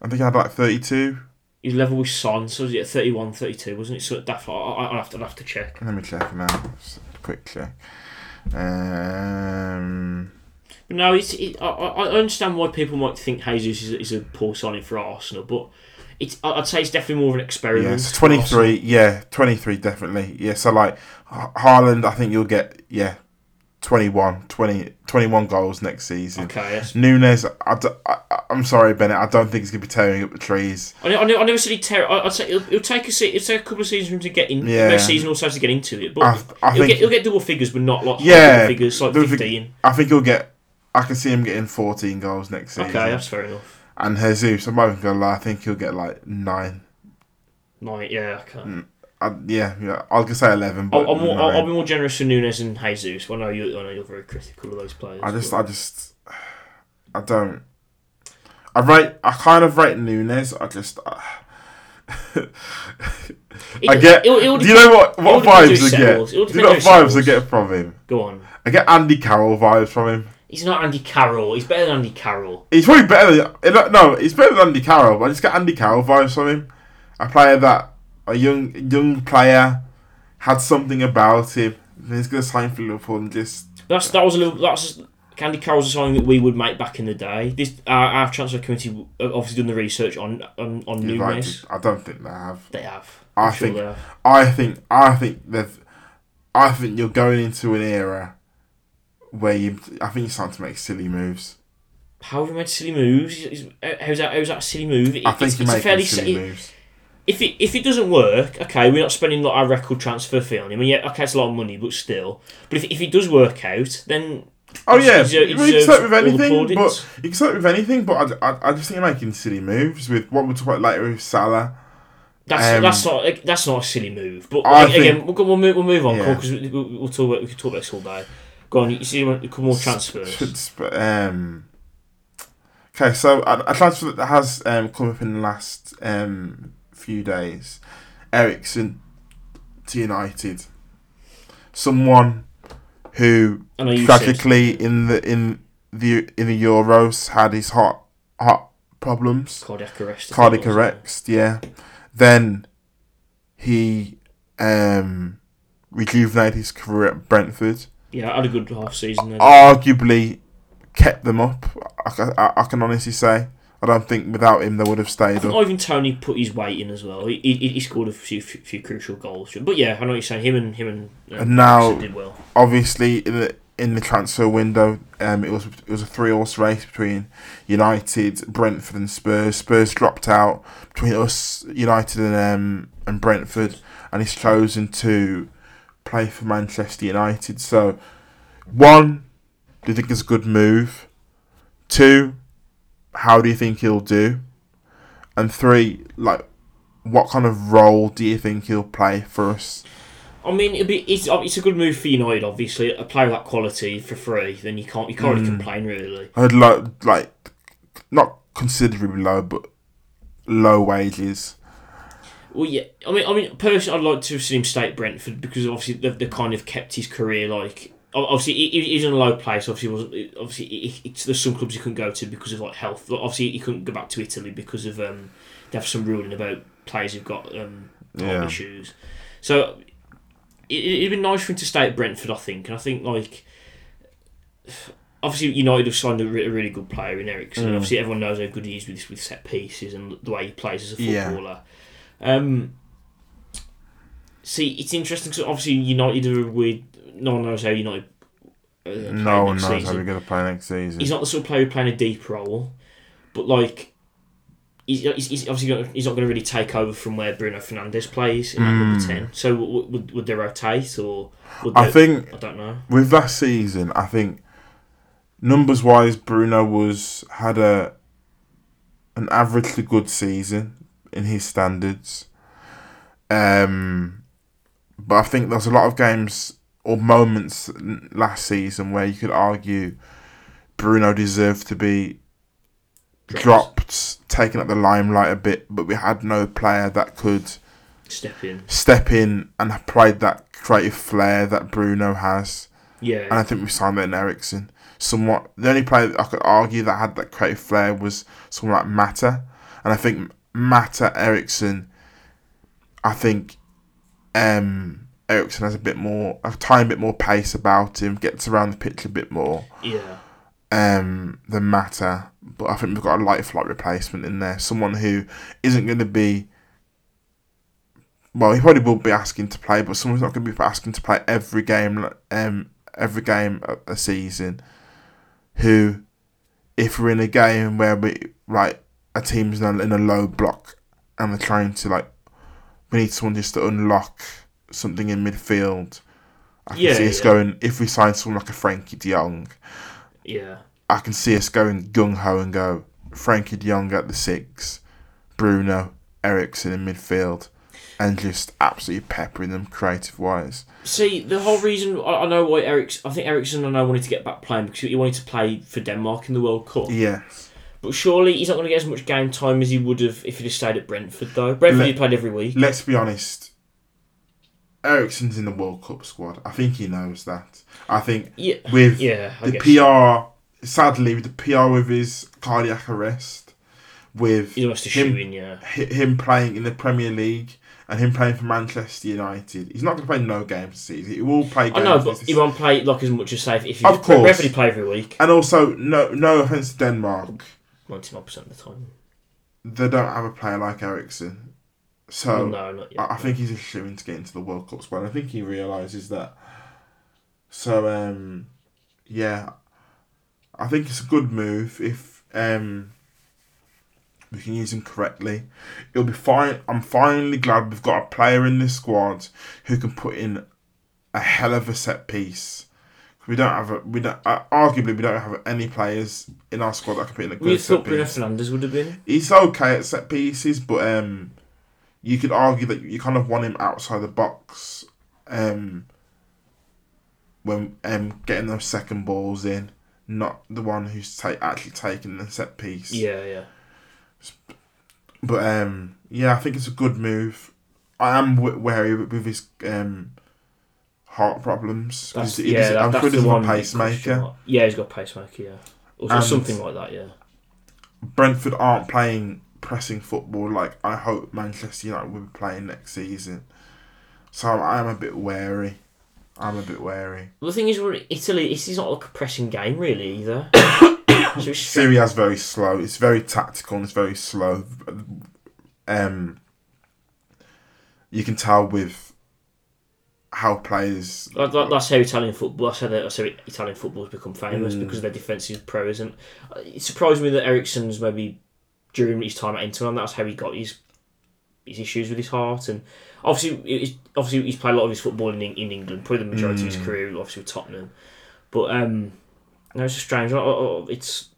Speaker 2: I think I had like thirty two.
Speaker 1: His level was Son, so was it 31, 32, wasn't it? So that I, I, I'll, have to, I'll have to check.
Speaker 2: Let me check now. Just a quick check. Um
Speaker 1: But no, it's, it, I, I I understand why people might think Jesus is, is a poor signing for Arsenal, but it's, I- I'd say it's definitely more of an experiment.
Speaker 2: Yeah, so
Speaker 1: for
Speaker 2: 23.
Speaker 1: Arsenal.
Speaker 2: Yeah, 23, definitely. Yeah, so like Ha- Haaland, I think you'll get, yeah, 21, 20, 21 goals next season.
Speaker 1: Okay, that's,
Speaker 2: Nunes, I d- I, am sorry, Bennett, I don't think he's going to be tearing up the trees.
Speaker 1: I, ne- I, ne- I never said he'd tear. I, I'd say it'll, it'll take a se- it'll take a couple of seasons for him to get in.
Speaker 2: Yeah.
Speaker 1: Yeah. season also to get into it, but
Speaker 2: I, I
Speaker 1: he'll, get,
Speaker 2: think
Speaker 1: he'll get double figures, but not like high
Speaker 2: Yeah,
Speaker 1: double figures like
Speaker 2: double fig-
Speaker 1: fifteen.
Speaker 2: I think he'll get, I can see him getting 14 goals next
Speaker 1: Okay,
Speaker 2: season.
Speaker 1: that's fair enough.
Speaker 2: And Jesus, I'm not even going to lie, I think he'll get like 9.
Speaker 1: Nine, yeah, okay.
Speaker 2: I, Uh, yeah, yeah, I was going to say 11, but
Speaker 1: I'll, I'll, more, I'll, I'll
Speaker 2: nine.
Speaker 1: be more generous to Nunes and Jesus. I know you. I know you're very critical of those players.
Speaker 2: I just,
Speaker 1: but-
Speaker 2: I just, I don't. I rate, I kind of rate Nunes. I just, I,
Speaker 1: It-
Speaker 2: I get.
Speaker 1: it- it all
Speaker 2: do you know what?
Speaker 1: all
Speaker 2: What
Speaker 1: depends who
Speaker 2: vibes I
Speaker 1: settles.
Speaker 2: get?
Speaker 1: It all
Speaker 2: Do you
Speaker 1: depends
Speaker 2: know
Speaker 1: who
Speaker 2: what vibes I
Speaker 1: settles.
Speaker 2: get from him?
Speaker 1: Go on.
Speaker 2: I get Andy Carroll vibes from him.
Speaker 1: He's not Andy Carroll. He's better than Andy Carroll.
Speaker 2: He's probably better than no, he's better than Andy Carroll. But I just get Andy Carroll vibes from him. A player that a young young player had something about him. And he's gonna sign for Liverpool and just
Speaker 1: That's that was a little. That's Andy Carroll's a signing that we would make back in the day. This our, our transfer committee w- have obviously done the research on on, on
Speaker 2: be like,
Speaker 1: Nunes.
Speaker 2: I don't think they have.
Speaker 1: They have.
Speaker 2: I
Speaker 1: I'm sure
Speaker 2: think-
Speaker 1: they have.
Speaker 2: I think I think they've I think you're going into an era where you I think you're starting to make silly moves.
Speaker 1: How have you made silly moves? Is- is- How's that? How's that a silly move? It-
Speaker 2: I think
Speaker 1: it's,
Speaker 2: you're
Speaker 1: it's a
Speaker 2: making
Speaker 1: fairly
Speaker 2: silly
Speaker 1: si-
Speaker 2: moves.
Speaker 1: if it if it doesn't work, okay, we're not spending like our record transfer fee on him. And yeah, okay, it's a lot of money, but still. But if, if it does work out, then
Speaker 2: Oh
Speaker 1: He
Speaker 2: yeah,
Speaker 1: deser- he
Speaker 2: well, you can
Speaker 1: deserves
Speaker 2: start with
Speaker 1: all the
Speaker 2: anything,
Speaker 1: plaudits.
Speaker 2: but you can start with anything. But I, I, I just think you're making silly moves with what we'll talk about later with Salah.
Speaker 1: That's
Speaker 2: Um,
Speaker 1: that's not like, that's not a silly move. But
Speaker 2: I
Speaker 1: like, again,
Speaker 2: think-
Speaker 1: we'll, go- we'll move we'll move on
Speaker 2: Yeah.
Speaker 1: because we, we- we'll talk about, we could talk about this all day. Go on, you see one- a couple more transfers.
Speaker 2: Should sp- um, okay, so a, a transfer that has um, come up in the last um, few days, Ericsson to United. Someone who
Speaker 1: I know you said
Speaker 2: tragically in the in the in the Euros had his heart heart problems.
Speaker 1: cardiac arrest. I think
Speaker 2: cardiac
Speaker 1: it was,
Speaker 2: arrest, yeah. Then he um rejuvenated his career at Brentford.
Speaker 1: Yeah, I had a good half season. Then.
Speaker 2: Arguably kept them up. I, ca- I, I can honestly say I don't think without him they would have
Speaker 1: I
Speaker 2: stayed
Speaker 1: think
Speaker 2: up.
Speaker 1: Ivan Tony put his weight in as well. He, he, he scored a few, few, few crucial goals. But yeah, I know what you're saying. Him and him and, uh,
Speaker 2: And now-
Speaker 1: Ericsson did well.
Speaker 2: Obviously in the in the transfer window, um, it was it was a three horse race between United, Brentford, and Spurs. Spurs dropped out between us, United, and um, and Brentford, and he's chosen to play for Manchester United. So, one, do you think it's a good move? Two, how do you think he'll do? And three, like, what kind of role do you think he'll play for us?
Speaker 1: I mean, it'd be, it's it's a good move for United. Obviously, a player of that quality for free, then you can't you can't really
Speaker 2: Hmm.
Speaker 1: complain really.
Speaker 2: I'd like like not considerably low, but low wages.
Speaker 1: Well, yeah. I mean, I mean, personally, I'd like to have seen him stay at Brentford because obviously they've, they've kind of kept his career like. ob- Obviously, he, he- he's in a low place. Obviously, he wasn't obviously he- he- it's, there's some clubs he couldn't go to because of like health. Like, obviously, he couldn't go back to Italy because of um, they have some ruling about players who've got um, heart
Speaker 2: Yeah.
Speaker 1: issues. So it, it'd been nice for him to stay at Brentford, I think. And I think like obviously United have signed a, re- a really good player in Ericsson.
Speaker 2: Mm.
Speaker 1: Obviously, everyone knows how good he is with with set pieces and the way he plays as a
Speaker 2: Yeah.
Speaker 1: footballer. Um, see, it's interesting because obviously United are a weird. No one knows how United. Uh, play
Speaker 2: No one
Speaker 1: next
Speaker 2: knows how
Speaker 1: season.
Speaker 2: we're gonna play next season.
Speaker 1: He's not the sort of player who playing a deep role, but like. He's, he's he's obviously gonna, he's not going to really take over from where Bruno Fernandes plays in that number
Speaker 2: Mm.
Speaker 1: ten. So w- w- would would they rotate or? Would they,
Speaker 2: I think
Speaker 1: I don't know.
Speaker 2: with last season, I think numbers wise, Bruno was had a an averagely good season in his standards. Um, but I think there's a lot of games or moments n- last season where you could argue Bruno deserved to be dropped, taken up the limelight a bit, but we had no player that could
Speaker 1: Step in.
Speaker 2: step in and play that creative flair that Bruno has.
Speaker 1: Yeah.
Speaker 2: And I think we signed Leighton Ericsson. Somewhat, the only player that I could argue that had that creative flair was someone like Mata, and I think Mata Ericsson. I think um, Ericsson has a bit more, a tiny bit more pace about him, gets around the pitch a bit more
Speaker 1: yeah.
Speaker 2: um, than Mata. But I think we've got a light flight replacement in there, someone who isn't going to be. Well, he probably will be asking to play, but someone's not going to be asking to play every game, um, every game of a season. Who, if we're in a game where we right, a team's in a, in a low block, and we're trying to like, we need someone just to unlock something in midfield. I can
Speaker 1: Yeah,
Speaker 2: see us
Speaker 1: yeah.
Speaker 2: going if we sign someone like a Frankie De Jong,
Speaker 1: Yeah.
Speaker 2: I can see us going gung ho and go Frankie de Jong at the six, Bruno, Ericsson in midfield, and just absolutely peppering them creative wise.
Speaker 1: See, the whole reason I, I know why Eric's, I think Ericsson and I wanted to get back playing because he wanted to play for Denmark in the World Cup.
Speaker 2: Yeah.
Speaker 1: But surely he's not going to get as much game time as he would have if he'd have stayed at Brentford, though. Brentford
Speaker 2: Le-
Speaker 1: he played every week.
Speaker 2: Let's be honest. Ericsson's in the World Cup squad. I think he knows that. I think
Speaker 1: Yeah,
Speaker 2: with
Speaker 1: yeah, I
Speaker 2: the
Speaker 1: guess.
Speaker 2: PR, sadly, with the PR with his cardiac arrest, with
Speaker 1: He's almost a
Speaker 2: him-
Speaker 1: shoe in, yeah.
Speaker 2: hi- him playing in the Premier League and him playing for Manchester United. He's not going to play no games this season. He will play games.
Speaker 1: I know, but
Speaker 2: this
Speaker 1: he won't play like as much as safe if he
Speaker 2: Of course.
Speaker 1: Brentford he play every week.
Speaker 2: And also, no, no offense to Denmark,
Speaker 1: Ninety nine percent of the time.
Speaker 2: they don't have a player like Ericsson. So
Speaker 1: Well, no, not yet.
Speaker 2: I, I think he's just shooting to get into the World Cup squad. I think he realizes that. So um, yeah, I think it's a good move if um, we can use him correctly. It'll be fine. I'm finally glad we've got a player in this squad who can put in a hell of a set piece. We don't have a, we don't uh, arguably we don't have any players in our squad that can put in a good
Speaker 1: we
Speaker 2: set
Speaker 1: thought
Speaker 2: piece
Speaker 1: Bruno Fernandes would have been.
Speaker 2: he's okay at set pieces, but um, you could argue that you kind of want him outside the box um, when um, getting those second balls in, not the one who's ta- actually taking the set piece.
Speaker 1: Yeah, yeah.
Speaker 2: But um, yeah, I think it's a good move. I am w- wary with, with his um, heart problems.
Speaker 1: That's,
Speaker 2: 'cause he
Speaker 1: yeah,
Speaker 2: doesn't-
Speaker 1: that-
Speaker 2: I'm
Speaker 1: that's
Speaker 2: sure he
Speaker 1: the
Speaker 2: doesn't
Speaker 1: one.
Speaker 2: have a
Speaker 1: that
Speaker 2: pacemaker.
Speaker 1: question mark. Yeah, he's got a pacemaker. Yeah, or
Speaker 2: And-
Speaker 1: something like that. Yeah.
Speaker 2: Brentford aren't playing pressing football like I hope Manchester United will be playing next season. So I am a bit wary. I'm a bit wary.
Speaker 1: Well, the thing is, we're in Italy. This is not like a pressing game really either. so it's stra-
Speaker 2: Syria's very slow. It's very tactical and it's very slow. Um, you can tell with how players
Speaker 1: That, that, that's how Italian football. That's how, the, that's how Italian football's become famous
Speaker 2: Hmm.
Speaker 1: because their defence is present. Uh, It surprised me that Ericsson's maybe during his time at Inter, and that's how he got his his issues with his heart. And obviously, it's, obviously he's played a lot of his football in, in England, probably the majority
Speaker 2: Hmm.
Speaker 1: of his career, obviously with Tottenham. But um, no, it's a strange. one. Oh, oh, It's,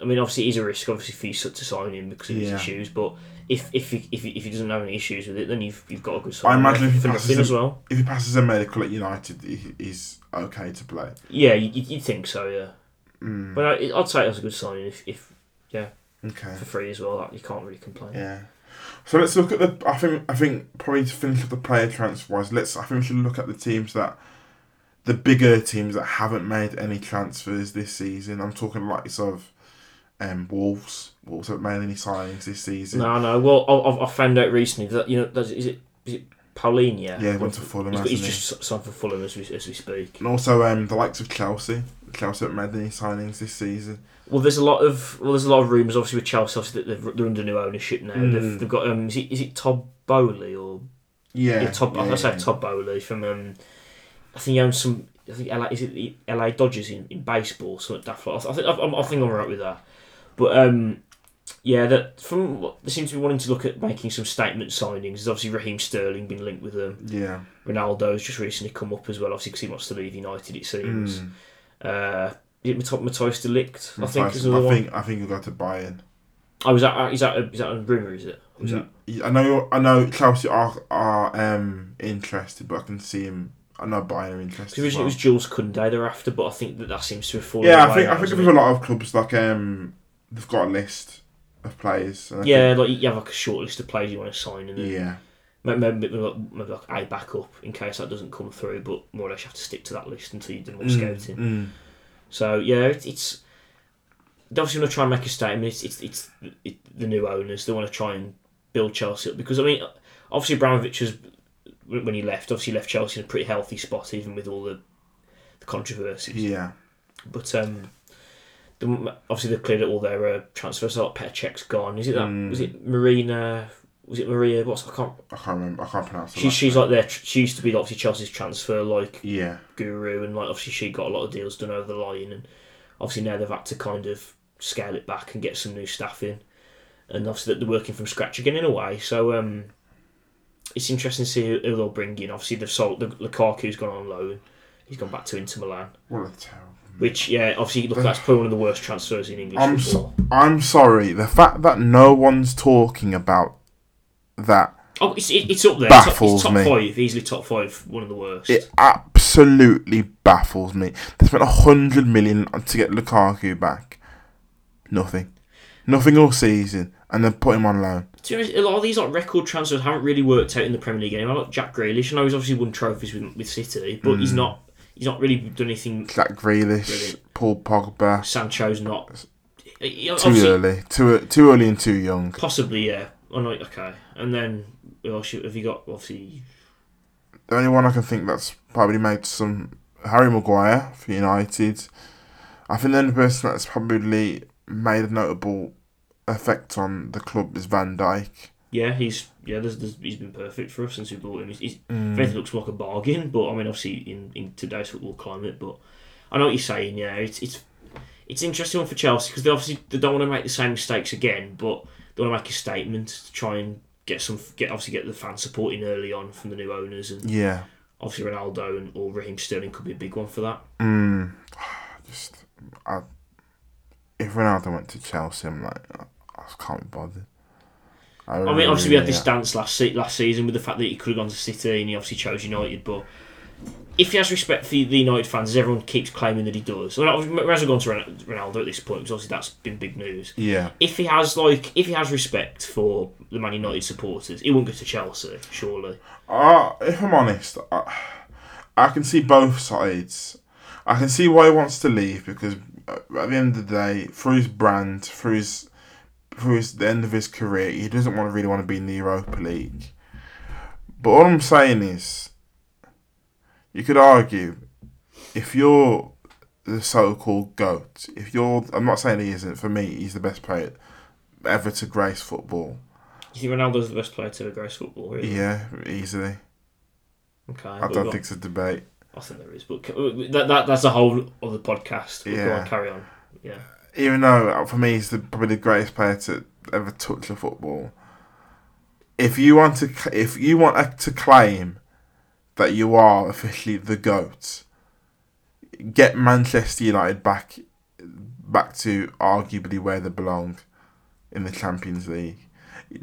Speaker 1: I mean, obviously, it is a risk, obviously, for you to to sign him because of his
Speaker 2: Yeah.
Speaker 1: issues. But if if he, if he, if he doesn't have any issues with it, then you've you've got a good.
Speaker 2: I
Speaker 1: signing
Speaker 2: imagine if he
Speaker 1: for
Speaker 2: passes
Speaker 1: nothing
Speaker 2: him-
Speaker 1: as well.
Speaker 2: if he passes a medical at United, he, he's okay to play.
Speaker 1: Yeah, you, you- you'd think so, yeah.
Speaker 2: Mm,
Speaker 1: But I, I'd say that's a good signing if, if
Speaker 2: okay.
Speaker 1: for free as well. That you can't really complain.
Speaker 2: Yeah. So let's look at the. I think I think probably to finish up the player transfer wise, let's. I think we should look at the teams that, the bigger teams that haven't made any transfers this season. I'm talking likes of, um, Wolves. Wolves haven't made any signings this season.
Speaker 1: No, no. Well, I- I've, I found out recently that you know does, is it is it Pauline? Yeah,
Speaker 2: Yeah, he went to Fulham.
Speaker 1: He's,
Speaker 2: hasn't
Speaker 1: he's
Speaker 2: he?
Speaker 1: just signed for Fulham as we as we speak.
Speaker 2: And also, um, the likes of Chelsea. Chelsea haven't made any signings this season.
Speaker 1: Well, there's a lot of well, there's a lot of rumours obviously with Chelsea obviously, that they're, they're under new ownership now.
Speaker 2: Mm.
Speaker 1: They've, they've got um, is it, is it Todd Bowley or
Speaker 2: Yeah.
Speaker 1: yeah, Todd? I
Speaker 2: yeah,
Speaker 1: say
Speaker 2: yeah.
Speaker 1: Todd Bowley from um, I think he owns some. I think LA is it the LA Dodgers in, in baseball, something daft like that. I think I'm, I think I'm right with that. But um, yeah, that from what- they seem to be wanting to look at making some statement signings. There's obviously Raheem Sterling been linked with them.
Speaker 2: Yeah.
Speaker 1: Ronaldo's just recently come up as well, obviously because he wants to leave United. It seems.
Speaker 2: Mm.
Speaker 1: Uh, is it Mat- Matthijs de Ligt? I think is
Speaker 2: I
Speaker 1: another one.
Speaker 2: think I think you'll go to Bayern.
Speaker 1: Oh, is that is that a, is that a rumor? Is it? Or Is that?
Speaker 2: Yeah, I know. I know Chelsea are are um interested, but I can see him. I know Bayern are interested.
Speaker 1: Because
Speaker 2: as
Speaker 1: originally
Speaker 2: well.
Speaker 1: it was Jules Kunde they're after, but I think that that seems to have fallen.
Speaker 2: yeah, I
Speaker 1: away
Speaker 2: think
Speaker 1: now,
Speaker 2: I think
Speaker 1: hasn't
Speaker 2: with
Speaker 1: it?
Speaker 2: a lot of clubs like um they've got a list of players. and I
Speaker 1: Yeah, like you have like a short list of players you want to sign, and
Speaker 2: think-
Speaker 1: then
Speaker 2: yeah,
Speaker 1: may- may- maybe, like- maybe like a backup in case that doesn't come through. But more or less, you have to stick to that list until you've done more
Speaker 2: mm,
Speaker 1: scouting.
Speaker 2: mm.
Speaker 1: So yeah, it, it's they obviously want to try and make a statement. It's it's, it's it, the new owners. They want to try and build Chelsea up because I mean, obviously Abramovich was when when he left. Obviously, left Chelsea in a pretty healthy spot, even with all the the controversies.
Speaker 2: mm. yeah,
Speaker 1: But um, the, obviously they've cleared up all their uh, transfers. Like Petacek's gone. Is it that?
Speaker 2: Mm.
Speaker 1: Was it Marina? Was it Maria? What's I can't.
Speaker 2: I can't remember. I can't pronounce. her
Speaker 1: She,
Speaker 2: last
Speaker 1: she's
Speaker 2: name.
Speaker 1: like their. She used to be obviously Chelsea's transfer like
Speaker 2: yeah,
Speaker 1: guru, and like obviously she got a lot of deals done over the line, and obviously now they've had to kind of scale it back and get some new staff in, and obviously they're working from scratch again in a way. So um, it's interesting to see who, who they'll bring in. Obviously they've sold Lukaku's gone on loan. He's gone back to Inter Milan.
Speaker 2: what a terrible.
Speaker 1: Which, yeah, obviously, look, that's probably one of the worst transfers in English
Speaker 2: I'm
Speaker 1: football.
Speaker 2: I'm sorry. The fact that no one's talking about that
Speaker 1: oh, it's, it, it's up there. It's top-
Speaker 2: Baffles
Speaker 1: it's top
Speaker 2: me.
Speaker 1: five, easily top five, one of the worst.
Speaker 2: It absolutely baffles me. They spent a hundred million to get Lukaku back. Nothing. Nothing all season. And then put him on loan.
Speaker 1: To be honest, a lot of these like record transfers haven't really worked out in the Premier League anymore. Like Jack Grealish, I know he's obviously won trophies with, with City, but
Speaker 2: Hmm.
Speaker 1: he's not he's not really done anything.
Speaker 2: Jack Grealish,
Speaker 1: Brilliant.
Speaker 2: Paul Pogba.
Speaker 1: Sancho's not. he-
Speaker 2: Too
Speaker 1: Obviously,
Speaker 2: early. Too too early and too young.
Speaker 1: possibly, yeah. Oh, no, okay. And then, who else have you got? Obviously,
Speaker 2: The only one I can think that's probably made some Harry Maguire for United. I think the only person that's probably made a notable effect on the club is Van Dyke.
Speaker 1: yeah, he's yeah, there's, there's, he's been perfect for us since we bought him. He's, he's
Speaker 2: Mm.
Speaker 1: Faith looks like a bargain, but I mean, obviously in, in today's football climate. But I know what you're saying. Yeah, it's it's it's an interesting one for Chelsea because they obviously they don't want to make the same mistakes again, but they want to make a statement to try and get some get obviously get the fan support in early on from the new owners and
Speaker 2: Yeah.
Speaker 1: obviously Ronaldo and or Raheem Sterling could be a big one for that.
Speaker 2: Mm, just I, if Ronaldo went to Chelsea, I'm like I, I can't be bothered. I,
Speaker 1: I mean, obviously we had this
Speaker 2: yeah.
Speaker 1: dance last se- last season with the fact that he could have gone to City and he obviously chose United. But if he has respect for the United fans, as everyone keeps claiming that he does, so we're as well going to Ron- Ronaldo at this point because obviously that's been big news.
Speaker 2: Yeah,
Speaker 1: If he has like, if he has respect for the Man United supporters, he won't go to Chelsea, surely.
Speaker 2: uh, if I'm honest, I, I can see both sides. I can see why he wants to leave because uh, at the end of the day, through his brand, through his through his, the end of his career, he doesn't want to really want to be in the Europa League. But all I'm saying is, you could argue if you're the so-called goat, if you're, I'm not saying he isn't. For me, he's the best player ever to grace football.
Speaker 1: You think Ronaldo's the best player to ever grace football? Really?
Speaker 2: Yeah, easily.
Speaker 1: Okay.
Speaker 2: I don't think it's a debate.
Speaker 1: I think there is, but c- that, that that's a whole other podcast. But Go
Speaker 2: Yeah.
Speaker 1: on, carry on. Yeah.
Speaker 2: Even though uh, for me he's the, probably the greatest player to ever touch the football. If you want to, c- if you want uh, to claim that you are officially the goat, get Manchester United back, back to arguably where they belong, in the Champions League.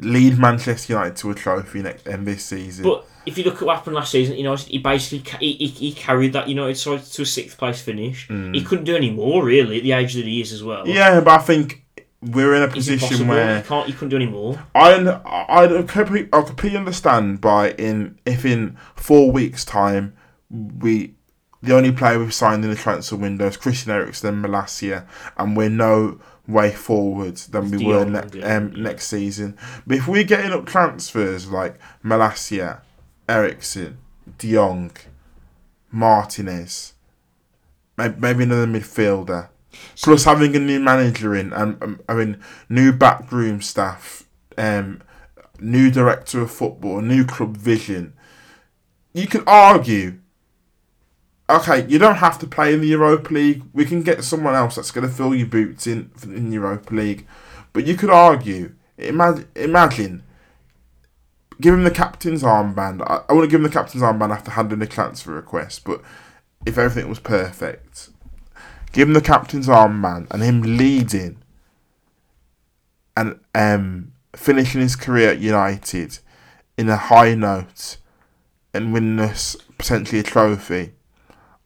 Speaker 2: Lead Manchester United to a trophy next end this season.
Speaker 1: But if you look at what happened last season, you know, he basically ca- he, he, he carried that United side to a sixth place finish. He couldn't do any more really at the age that he is as well.
Speaker 2: Mm. yeah, but I think we're in a
Speaker 1: It's
Speaker 2: position
Speaker 1: impossible.
Speaker 2: where
Speaker 1: he can't he couldn't do any more.
Speaker 2: I I I completely, I completely understand by in if in four weeks time we the only player we've signed in the transfer window is Christian Eriksen and Malasia and we're no way forward than we
Speaker 1: De
Speaker 2: were
Speaker 1: Jong,
Speaker 2: ne-
Speaker 1: yeah,
Speaker 2: um,
Speaker 1: yeah.
Speaker 2: next season. But if we're getting up transfers like Malasia, Eriksen, De Jong, Martinez, may- maybe another midfielder. Plus having a new manager in, and um, I mean new backroom staff, um, new director of football, new club vision. You can argue. Okay, you don't have to play in the Europa League. We can get someone else that's going to fill your boots in in Europa League. But you could argue. Imagine, imagine. Give him the captain's armband. I, I wouldn't give him the captain's armband after handing the transfer request, but if everything was perfect, give him the captain's armband and him leading and um, finishing his career at United in a high note and winning us potentially a trophy.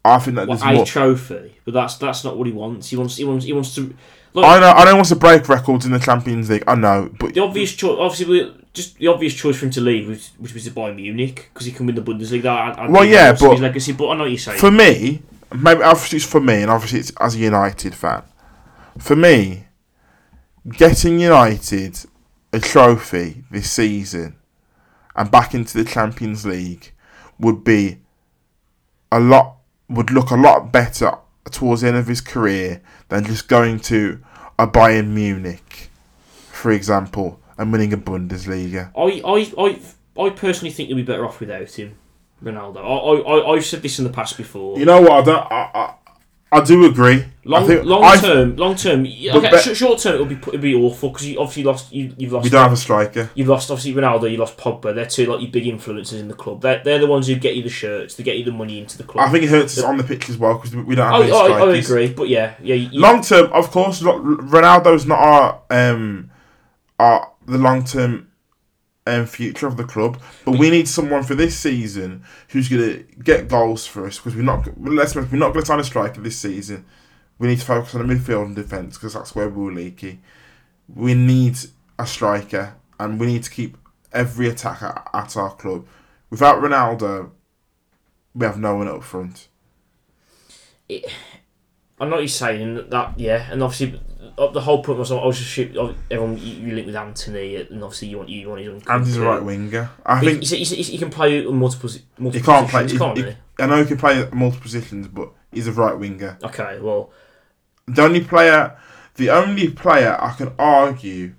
Speaker 2: I think that
Speaker 1: Well,
Speaker 2: there's
Speaker 1: a
Speaker 2: more.
Speaker 1: trophy, but that's that's not what he wants. He wants he wants he wants to. Look,
Speaker 2: I know. I don't want to break records in the Champions League. I know, but
Speaker 1: the obvious choice, obviously, we- just the obvious choice for him to leave, which, which was to buy Munich because he can win the Bundesliga. That, I, I
Speaker 2: Well, yeah,
Speaker 1: his
Speaker 2: but-
Speaker 1: legacy. But I know what you're saying.
Speaker 2: for me, maybe obviously it's for me, and obviously it's as a United fan. For me, getting United a trophy this season and back into the Champions League would be a lot would look a lot better towards the end of his career than just going to a Bayern Munich, for example, and winning a Bundesliga.
Speaker 1: I, I, I, I personally think you'll be better off without him, Ronaldo. I, I, I, I've said this in the past before.
Speaker 2: You know what? I don't. I, I, I do agree. I
Speaker 1: Long,
Speaker 2: think-
Speaker 1: long
Speaker 2: I-
Speaker 1: term, long term. yeah,
Speaker 2: But
Speaker 1: Okay,
Speaker 2: bet-
Speaker 1: sh- short term, it'll be it'll be awful because you obviously lost. You, you've
Speaker 2: We
Speaker 1: lost.
Speaker 2: don't have a striker.
Speaker 1: You've lost obviously Ronaldo. You lost Pogba. They're two like your big influences in the club. They're, they're the ones who get you the shirts. They get you the money into the club.
Speaker 2: I think it hurts us on the pitch as well because we don't
Speaker 1: I,
Speaker 2: have any
Speaker 1: I, I
Speaker 2: strikers.
Speaker 1: agree, but yeah, yeah. You,
Speaker 2: Long term, of course, lo- Ronaldo's not our um, our the long term um, future of the club, but we need someone for this season who's gonna get goals for us because we're not let's we're not gonna sign a striker this season. We need to focus on the midfield and defence because that's where we're leaky. We need a striker and we need to keep every attacker at our club. Without Ronaldo, we have no one up front.
Speaker 1: I know what you're saying that, that yeah, and obviously uh, the whole point was I was just shoot, oh, everyone you, you link with Anthony, and obviously you want you want his own.
Speaker 2: Andy's a
Speaker 1: country.
Speaker 2: right winger. I
Speaker 1: But
Speaker 2: think
Speaker 1: He, he, he, he can play on multiple multiple
Speaker 2: he can't play.
Speaker 1: positions,
Speaker 2: He,
Speaker 1: can't
Speaker 2: he- I know he can play at multiple positions, but he's a right winger.
Speaker 1: he? Okay, well,
Speaker 2: The only player, the only player I can argue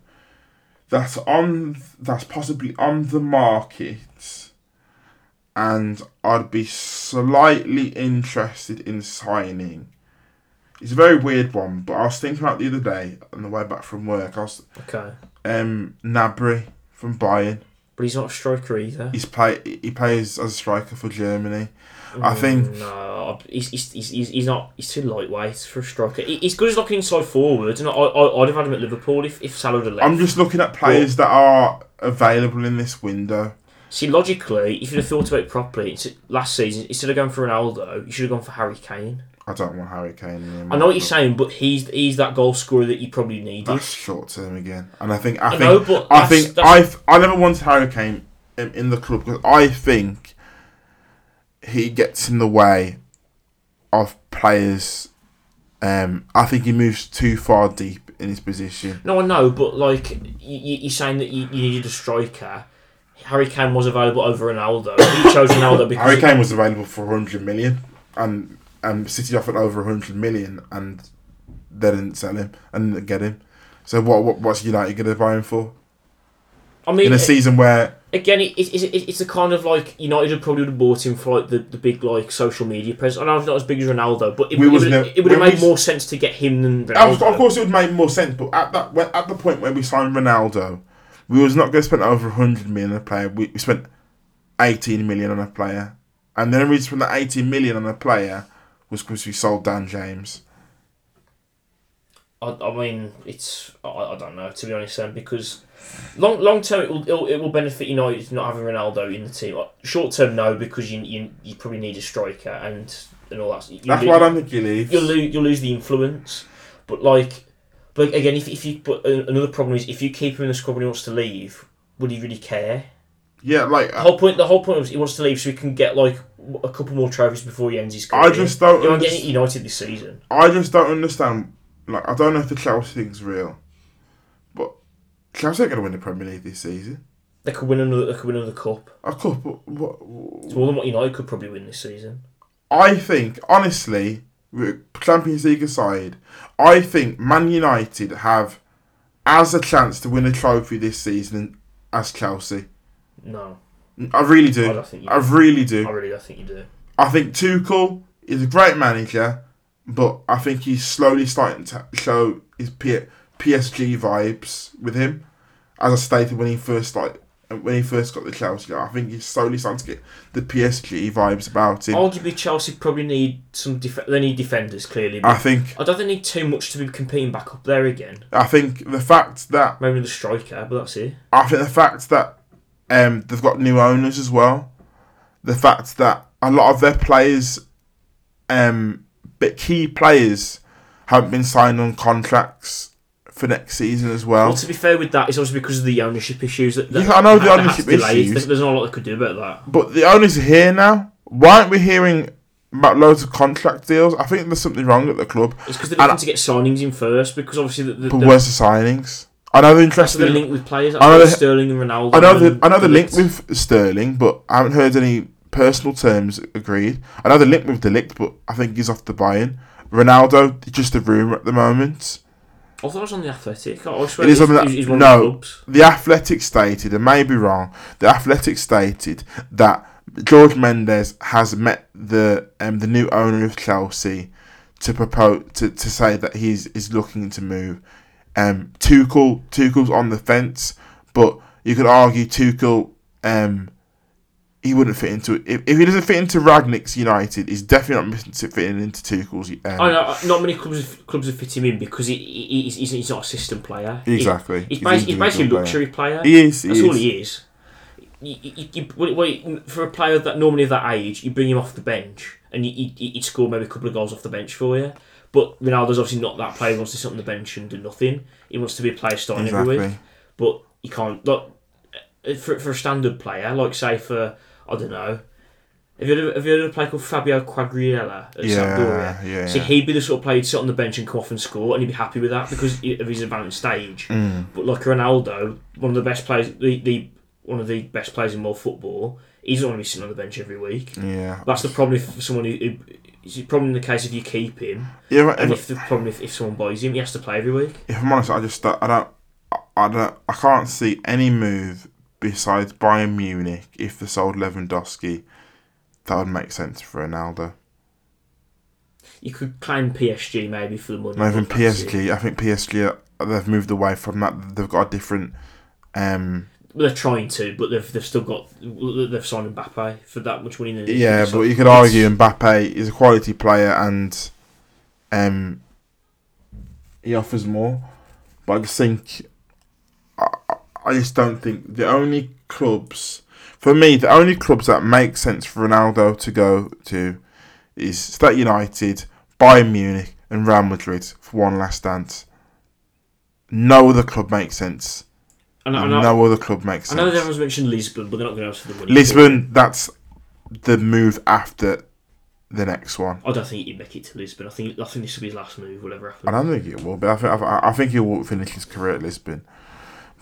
Speaker 2: that's on that's possibly on the market, and I'd be slightly interested in signing. It's a very weird one, but I was thinking about it the other day on the way back from work. I was
Speaker 1: okay.
Speaker 2: um Nabry from Bayern.
Speaker 1: but he's not a striker either.
Speaker 2: He's play he plays as a striker for Germany. I think-
Speaker 1: no, Mm, he's, he's, he's, he's he's not he's too lightweight for a striker. He- He's good as like an inside forward, and I, I I'd have had him at Liverpool if if Salah had left.
Speaker 2: I'm just looking at players that are available in this window.
Speaker 1: See, logically, if you'd have thought about it properly, it's- last season instead of going for Ronaldo, you should have gone for Harry Kane.
Speaker 2: I don't want Harry Kane. In
Speaker 1: I know what you're saying, but he's he's that goal scorer that you probably needed.
Speaker 2: That's short term again, and I think I,
Speaker 1: I
Speaker 2: think
Speaker 1: know, but
Speaker 2: I
Speaker 1: that's-
Speaker 2: think
Speaker 1: that's-
Speaker 2: I I never wanted Harry Kane in, in the club because I think he gets in the way of players. Um, I think he moves too far deep in his position.
Speaker 1: No, I know, but like you, you- you're saying that you, you needed a striker. Harry Kane was available over Ronaldo. He chose Ronaldo because
Speaker 2: Harry Kane was available for 100 million, and and City offered over 100 million, and they didn't sell him and didn't get him. So what, what what's United going to buy him for
Speaker 1: I
Speaker 2: in
Speaker 1: mean,
Speaker 2: a season where
Speaker 1: again, it, it, it, it's a kind of like United would probably would have bought him for like the, the big like social media presence. I know it's not as big as Ronaldo, but it,
Speaker 2: We
Speaker 1: it,
Speaker 2: was
Speaker 1: would,
Speaker 2: nev-
Speaker 1: it would have
Speaker 2: when
Speaker 1: made
Speaker 2: we-
Speaker 1: more sense to get him than
Speaker 2: Of, of
Speaker 1: Ronaldo.
Speaker 2: course, it would make more sense, but at that when- at the point where we signed Ronaldo, we was not going to spend over hundred million on a player. We, we spent eighteen million on a player, and then we spent that eighteen million on a player was because we sold Dan James.
Speaker 1: I, I mean, it's I, I don't know to be honest, then because long long term it will it'll, it will benefit United not having Ronaldo in the team. Like, Short term, no, because you, you you probably need a striker and and all that. You
Speaker 2: That's
Speaker 1: do-
Speaker 2: why I don't think he leaves.
Speaker 1: you'll lose you'll lose the influence. But like, but again, if, if you but a- another problem is if you keep him in the squad when he wants to leave, would he really care?
Speaker 2: yeah, like
Speaker 1: The whole point the whole point was he wants to leave so he can get like a couple more trophies before he ends his career.
Speaker 2: I just don't
Speaker 1: He won't get
Speaker 2: underst-
Speaker 1: it United this season.
Speaker 2: I just don't understand. Like I don't know if the Chelsea thing's real, but Chelsea ain't going to win the Premier League this season.
Speaker 1: They could win another. They could win another cup.
Speaker 2: Of course, but what
Speaker 1: It's more than what United could probably win this season.
Speaker 2: I think, honestly, with Champions League aside, I think Man United have as a chance to win a trophy this season as Chelsea.
Speaker 1: No,
Speaker 2: I really
Speaker 1: I
Speaker 2: do.
Speaker 1: don't think you.
Speaker 2: I
Speaker 1: I
Speaker 2: really do.
Speaker 1: really don't think you do.
Speaker 2: I think Tuchel is a great manager, but I think he's slowly starting to show his P- PSG vibes with him. As I stated when he first like when he first got the Chelsea, I think he's slowly starting to get the PSG vibes about him.
Speaker 1: Arguably, Chelsea probably need some. Def- they need defenders clearly. But
Speaker 2: I think
Speaker 1: I don't think they need too much to be competing back up there again.
Speaker 2: I think the fact that
Speaker 1: Maybe the striker, but that's it.
Speaker 2: I think the fact that um, they've got new owners as well, the fact that a lot of their players, um, but key players, haven't been signed on contracts for next season as
Speaker 1: Well,
Speaker 2: well.
Speaker 1: to be fair with that, it's also because of the ownership issues. That, that
Speaker 2: Yeah, I know the
Speaker 1: that they
Speaker 2: ownership
Speaker 1: have to delay.
Speaker 2: issues.
Speaker 1: There's- There's not a lot they could do about that.
Speaker 2: But the owners are here now. Why aren't we hearing about loads of contract deals? I think there's something wrong at the club.
Speaker 1: It's because they're
Speaker 2: And
Speaker 1: looking to get signings in first because obviously the, the,
Speaker 2: But
Speaker 1: the,
Speaker 2: where's the signings? I know they're
Speaker 1: that's the
Speaker 2: interested. in-
Speaker 1: link with players.
Speaker 2: I know
Speaker 1: like
Speaker 2: the-
Speaker 1: Sterling and Ronaldo.
Speaker 2: I know the
Speaker 1: and
Speaker 2: I know the link
Speaker 1: Delict.
Speaker 2: with Sterling, but I haven't heard any personal terms agreed. I know the link with Delict, but I think he's off the buy-in. Ronaldo, just a rumour at the moment.
Speaker 1: I thought it was on the Athletic. I swear
Speaker 2: It is
Speaker 1: he's-
Speaker 2: on the-
Speaker 1: he's- he's one
Speaker 2: no.
Speaker 1: of the clubs.
Speaker 2: The Athletic stated, and may be wrong, the Athletic stated that George Mendes has met the um, the new owner of Chelsea to propose to, to say that he's is looking to move. Um, Tuchel Tuchel's on the fence, but you could argue Tuchel um, he wouldn't fit into if, if he doesn't fit into Ragnick's United, he's definitely not missing- fitting into Tuchel's. Um,
Speaker 1: I know not many clubs clubs have fit him in because he, he he's, he's- he's not a system player. He-
Speaker 2: Exactly.
Speaker 1: He's,
Speaker 2: an
Speaker 1: basi- he's basically a
Speaker 2: individual
Speaker 1: luxury player.
Speaker 2: player. He is. He
Speaker 1: That's
Speaker 2: is.
Speaker 1: all he is. You, you, you, well, well, for a player that normally of that age, you bring him off the bench and you, you, he'd score maybe a couple of goals off the bench for you. But Ronaldo's obviously not that player. He wants to sit on the bench and do nothing. He wants to be a player starting every week.
Speaker 2: Exactly.
Speaker 1: But you can't. Like, uh, for, for a standard player, like say for, I don't know, have you heard of, have you heard of a player called Fabio Quagliarella at Sampdoria?
Speaker 2: Yeah, yeah,
Speaker 1: So
Speaker 2: yeah.
Speaker 1: he'd be the sort of player who'd sit on the bench and come off and score, and he'd be happy with that because he- of his advanced stage.
Speaker 2: Mm,
Speaker 1: But like Ronaldo, one of the best players, the, the one of the best players in world football, he's not going to be sitting on the bench every week.
Speaker 2: Yeah.
Speaker 1: That's the problem if someone who, who it's the problem in the case if you keep him,
Speaker 2: Yeah, right,
Speaker 1: and
Speaker 2: if,
Speaker 1: if the problem if, if someone buys him, he has to play every week.
Speaker 2: if I'm honest, I just don't- I don't I- I don't I can't see any move besides Bayern Munich if they sold Lewandowski that would make sense for Ronaldo.
Speaker 1: You could claim PSG maybe for the money.
Speaker 2: Not even
Speaker 1: but that's it.
Speaker 2: PSG. I think PSG are- they've moved away from that. They've got a different um
Speaker 1: Well, they're trying to, but they've they've still got they've signed Mbappe for that much money. They-
Speaker 2: Yeah,
Speaker 1: they
Speaker 2: but
Speaker 1: signed-
Speaker 2: you could argue Mbappe is a quality player and um, he offers more. But I just think I, I- I just don't think the only clubs for me the only clubs that make sense for Ronaldo to go to is State United, Bayern Munich, and Real Madrid for one last dance. No other club makes sense.
Speaker 1: and, and I,
Speaker 2: No other club makes
Speaker 1: I
Speaker 2: sense.
Speaker 1: know that everyone's mentioned Lisbon, but they're not going to ask for the money.
Speaker 2: Lisbon, that's the move after the next one.
Speaker 1: I don't think he'd make it to Lisbon. I think I think this will be his last move, whatever happens.
Speaker 2: I don't think it will, but I think I, I think he will finish his career at Lisbon.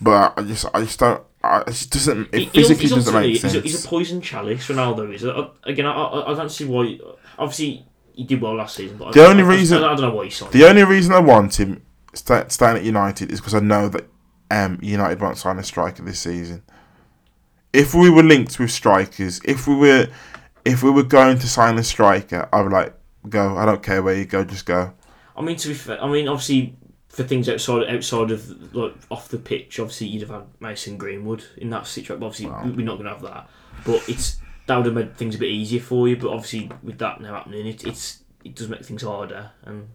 Speaker 2: But I just, I just don't. I, it just doesn't. It
Speaker 1: He- he's-
Speaker 2: physically
Speaker 1: he's
Speaker 2: doesn't
Speaker 1: ultimately-
Speaker 2: make
Speaker 1: he's a-
Speaker 2: sense.
Speaker 1: He's a, poison chalice. Ronaldo is. I, again, I, I, I don't see why. Obviously, he did well last season, but
Speaker 2: The
Speaker 1: I,
Speaker 2: only
Speaker 1: I,
Speaker 2: reason-
Speaker 1: I, don't know why he signed.
Speaker 2: the only reason I want him sta staying at United is because I know that um, United won't sign a striker this season. If we were linked with strikers, if we were, if we were going to sign a striker, I would like go. I don't care where you go, just go.
Speaker 1: I mean, to be fair, I mean, obviously, for things outside outside of like off the pitch, obviously you'd have had Mason Greenwood in that situation. but Obviously,
Speaker 2: Well.
Speaker 1: we're not going to have that. But it's that would have made things a bit easier for you. But obviously, with that now happening, it, it's it does make things harder, and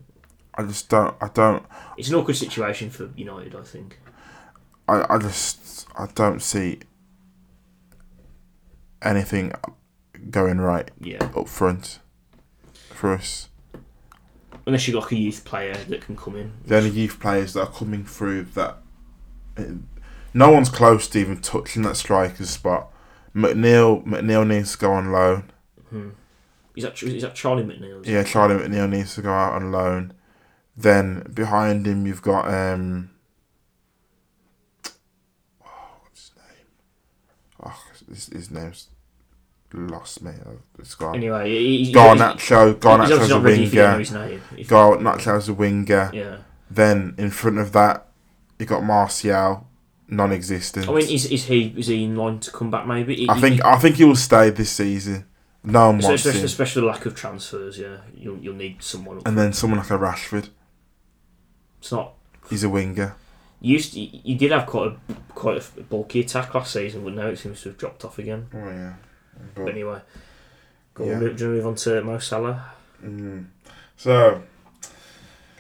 Speaker 2: I just don't. I don't.
Speaker 1: it's an awkward situation for United. I think.
Speaker 2: I, I just I don't see anything going right
Speaker 1: Yeah,
Speaker 2: up front for us.
Speaker 1: unless you've got like a youth player that can come in.
Speaker 2: The only youth players that are coming through that no one's close to even touching that striker's spot. McNeil McNeil needs to go on loan.
Speaker 1: Hmm. Is that is that Charlie McNeil?
Speaker 2: Yeah, Charlie McNeil needs to go out on loan. Then behind him you've got um oh, what's his name? Oh, his, his name's lost me. It's gone.
Speaker 1: Anyway, he- he's, he's,
Speaker 2: Garnacho,
Speaker 1: he's
Speaker 2: Garnacho
Speaker 1: obviously
Speaker 2: as a
Speaker 1: not ready if you don't know
Speaker 2: winger.
Speaker 1: his name. If-
Speaker 2: Garnacho as a winger.
Speaker 1: yeah,
Speaker 2: Then in front of that, you got Martial, non-existent.
Speaker 1: I mean, is, is he is he in line to come back? Maybe He-
Speaker 2: I
Speaker 1: he-
Speaker 2: think I think he will stay this season. No one
Speaker 1: So
Speaker 2: wants
Speaker 1: especially,
Speaker 2: him.
Speaker 1: especially the lack of transfers, yeah. You'll, you'll need someone.
Speaker 2: And then someone like a Rashford,
Speaker 1: it's not.
Speaker 2: he's a winger.
Speaker 1: You used to, you did have quite a quite a bulky attack last season, but now it seems to have dropped off again.
Speaker 2: Oh yeah.
Speaker 1: But anyway, go
Speaker 2: Yeah.
Speaker 1: on, do you want to move on to Mo Salah?
Speaker 2: Mm. So,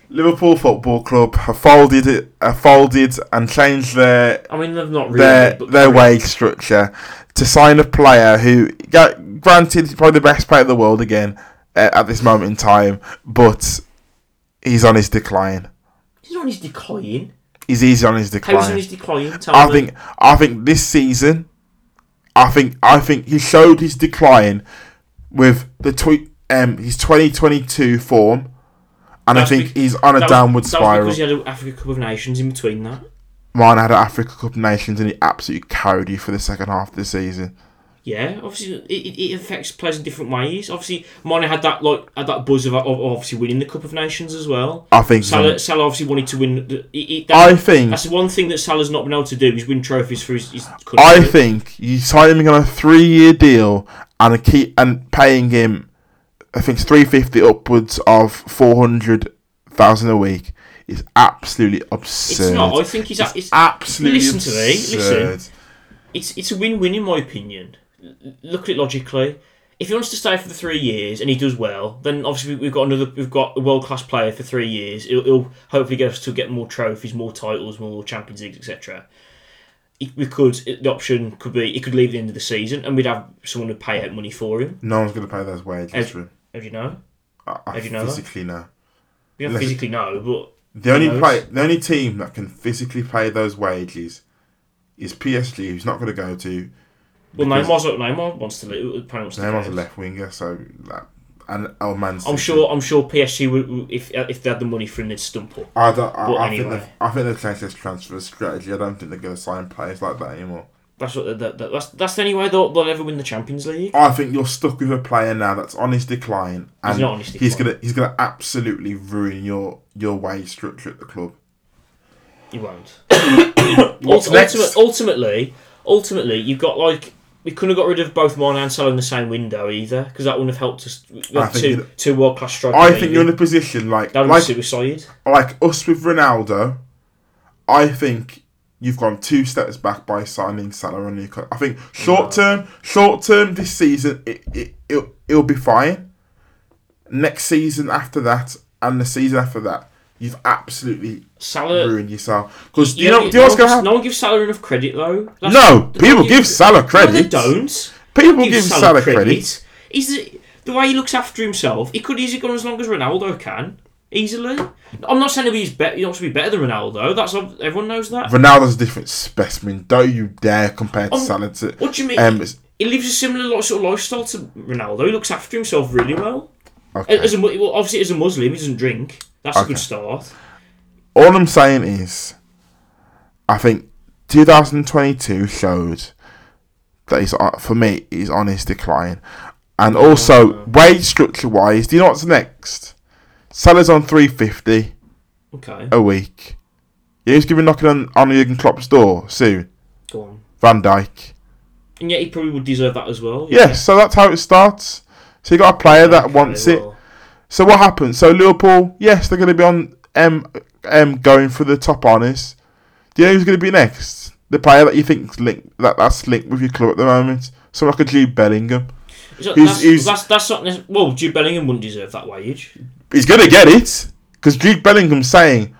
Speaker 2: Liverpool Football Club have folded it, have folded and changed their
Speaker 1: I mean, they've not really.
Speaker 2: their
Speaker 1: but
Speaker 2: their wage structure to sign a player who, ga- granted, he's probably the best player in the world again uh, at this moment in time, but he's on his decline.
Speaker 1: He's not on his decline.
Speaker 2: He's easy on his
Speaker 1: How is he on
Speaker 2: decline.
Speaker 1: his decline? Tell
Speaker 2: I
Speaker 1: me.
Speaker 2: think I think this season, I think I think he showed his decline with the tweet um his twenty twenty two form, and
Speaker 1: That's
Speaker 2: I think
Speaker 1: bec-
Speaker 2: he's on a
Speaker 1: That was-
Speaker 2: downward
Speaker 1: that
Speaker 2: spiral.
Speaker 1: Was because he had an Africa Cup of Nations in between that.
Speaker 2: Mine had an Africa Cup of Nations, and he absolutely carried you for the second half of the season.
Speaker 1: Yeah, obviously it, it- it affects players in different ways. Obviously, Mane had that like had that buzz of, of obviously winning the Cup of Nations as well.
Speaker 2: I think
Speaker 1: Salah, Salah obviously wanted to win. The, he- he- that-
Speaker 2: Mm. I think
Speaker 1: That's the one thing that Salah's not been able to do is win trophies for his, his country.
Speaker 2: I think you signing him on a three-year deal and keep and paying him, I think it's three fifty upwards of four hundred thousand a week is absolutely
Speaker 1: it's
Speaker 2: absurd.
Speaker 1: not. I think he's a- it's,
Speaker 2: absolutely
Speaker 1: Listen to me,
Speaker 2: absurd.
Speaker 1: listen. it's it's a win-win in my opinion. L- Look at it logically. If he wants to stay for the three years and he does well, then obviously we- we've got another we've got a world class player for three years. He'll, he'll hopefully get us to get more trophies, more titles, more Champions Leagues, etc. It- We could the option could be he could leave at the end of the season and we'd have someone to pay out money for him.
Speaker 2: No one's going to pay those wages.
Speaker 1: Ed-
Speaker 2: true.
Speaker 1: How do you know?
Speaker 2: I, I
Speaker 1: Ed, you know that?
Speaker 2: physically know.
Speaker 1: We don't
Speaker 2: Look-
Speaker 1: physically know, but
Speaker 2: The only
Speaker 1: knows?
Speaker 2: play, the only team that can physically pay those wages is PSG, who's not going to go to.
Speaker 1: well,
Speaker 2: because
Speaker 1: Neymar's Neymar wants to leave. apparently Wants to
Speaker 2: Neymar's a
Speaker 1: leave.
Speaker 2: left winger, so that and oh, El
Speaker 1: I'm sure. I'm sure PSG would, would if uh, if they had the money for him, they'd stump up.
Speaker 2: I don't. I,
Speaker 1: But
Speaker 2: I
Speaker 1: anyway.
Speaker 2: think they've, I think they've changed their transfer strategy. I don't think they're going to sign players like that anymore.
Speaker 1: That's what. That, that, that's that's the only way they'll, they'll ever win the Champions League.
Speaker 2: I think you're stuck with a player now that's on his decline, and
Speaker 1: not on his
Speaker 2: he's
Speaker 1: decline.
Speaker 2: gonna he's gonna absolutely ruin your your wage structure at the club.
Speaker 1: You won't.
Speaker 2: What's
Speaker 1: Ulti-
Speaker 2: next?
Speaker 1: ultimate- ultimately, ultimately, you've got like we couldn't have got rid of both Mane and Salah in the same window either, because that wouldn't have helped us. We
Speaker 2: I
Speaker 1: had
Speaker 2: think
Speaker 1: two
Speaker 2: you-
Speaker 1: two world class strikers.
Speaker 2: I think
Speaker 1: leaving.
Speaker 2: you're in a position like
Speaker 1: that would
Speaker 2: like
Speaker 1: be suicide.
Speaker 2: like us with Ronaldo, I think you've gone two steps back by signing Salah and Lukaku. I think short term, short term this season, it it it'll, it'll be fine. Next season after that, and the season after that, you've absolutely
Speaker 1: Salah.
Speaker 2: ruined yourself. Because you,
Speaker 1: Yeah,
Speaker 2: know, do you know what's
Speaker 1: no, one,
Speaker 2: gonna happen?
Speaker 1: no one gives Salah enough credit though. That's-
Speaker 2: No,
Speaker 1: they
Speaker 2: people
Speaker 1: don't
Speaker 2: give Salah credit.
Speaker 1: No, they don't.
Speaker 2: People
Speaker 1: They
Speaker 2: give Salah credit.
Speaker 1: He's the, the way he looks after himself. He could easily go as long as Ronaldo can easily. I'm not saying he's better. He wants to be better than Ronaldo. That's ob- everyone knows that.
Speaker 2: Ronaldo's a different specimen. Don't you dare compare to
Speaker 1: Um,
Speaker 2: Salah to.
Speaker 1: What do you mean?
Speaker 2: Um, it's-
Speaker 1: he lives a similar like, sort of lifestyle to Ronaldo. He looks after himself really well.
Speaker 2: okay.
Speaker 1: As a, mu- well, obviously, as a Muslim, he doesn't drink. That's a
Speaker 2: Okay.
Speaker 1: good start.
Speaker 2: all I'm saying is, I think 2022 showed that he's on- for me he's on his decline, and also wage structure wise, do you know what's next? Salah's on 350
Speaker 1: Okay,
Speaker 2: a week. You know Who's giving knocking on on Jurgen Klopp's door soon?
Speaker 1: go on.
Speaker 2: Van Dyke.
Speaker 1: And yet, he probably would deserve that as well.
Speaker 2: Yes, so that's how it starts. So you got a player that
Speaker 1: Okay,
Speaker 2: wants it.
Speaker 1: well.
Speaker 2: So what happens? So Liverpool, yes, they're going to be on um, um going for the top honors. Do you know who's going to be next? The player that you think's linked that that's linked with your club at the moment, someone like a Jude Bellingham.
Speaker 1: So
Speaker 2: He's-
Speaker 1: that's,
Speaker 2: he's-
Speaker 1: that's that's not nec- well. Jude Bellingham wouldn't deserve that wage.
Speaker 2: He's going to get it because Jude Bellingham's saying,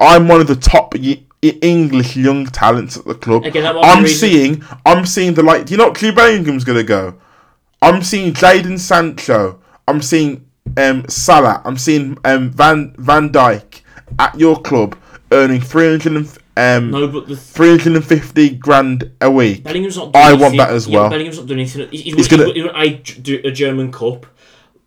Speaker 2: "I'm one of the top." Y- y- English young talents at the club.
Speaker 1: Again, that might be the
Speaker 2: I'm
Speaker 1: reason-
Speaker 2: seeing, I'm seeing the like. Do you know what Jude Bellingham's gonna go? I'm seeing Jadon Sancho. I'm seeing um, Salah. I'm seeing um, Van Van Dyke at your club earning 300 and, um,
Speaker 1: No, but the
Speaker 2: 350 grand a week.
Speaker 1: Bellingham's not.
Speaker 2: I
Speaker 1: doing
Speaker 2: want
Speaker 1: anything-
Speaker 2: that as
Speaker 1: yeah,
Speaker 2: well.
Speaker 1: Bellingham's not doing anything. He's, he's,
Speaker 2: He's
Speaker 1: won-
Speaker 2: gonna-
Speaker 1: he's won a, do a German cup.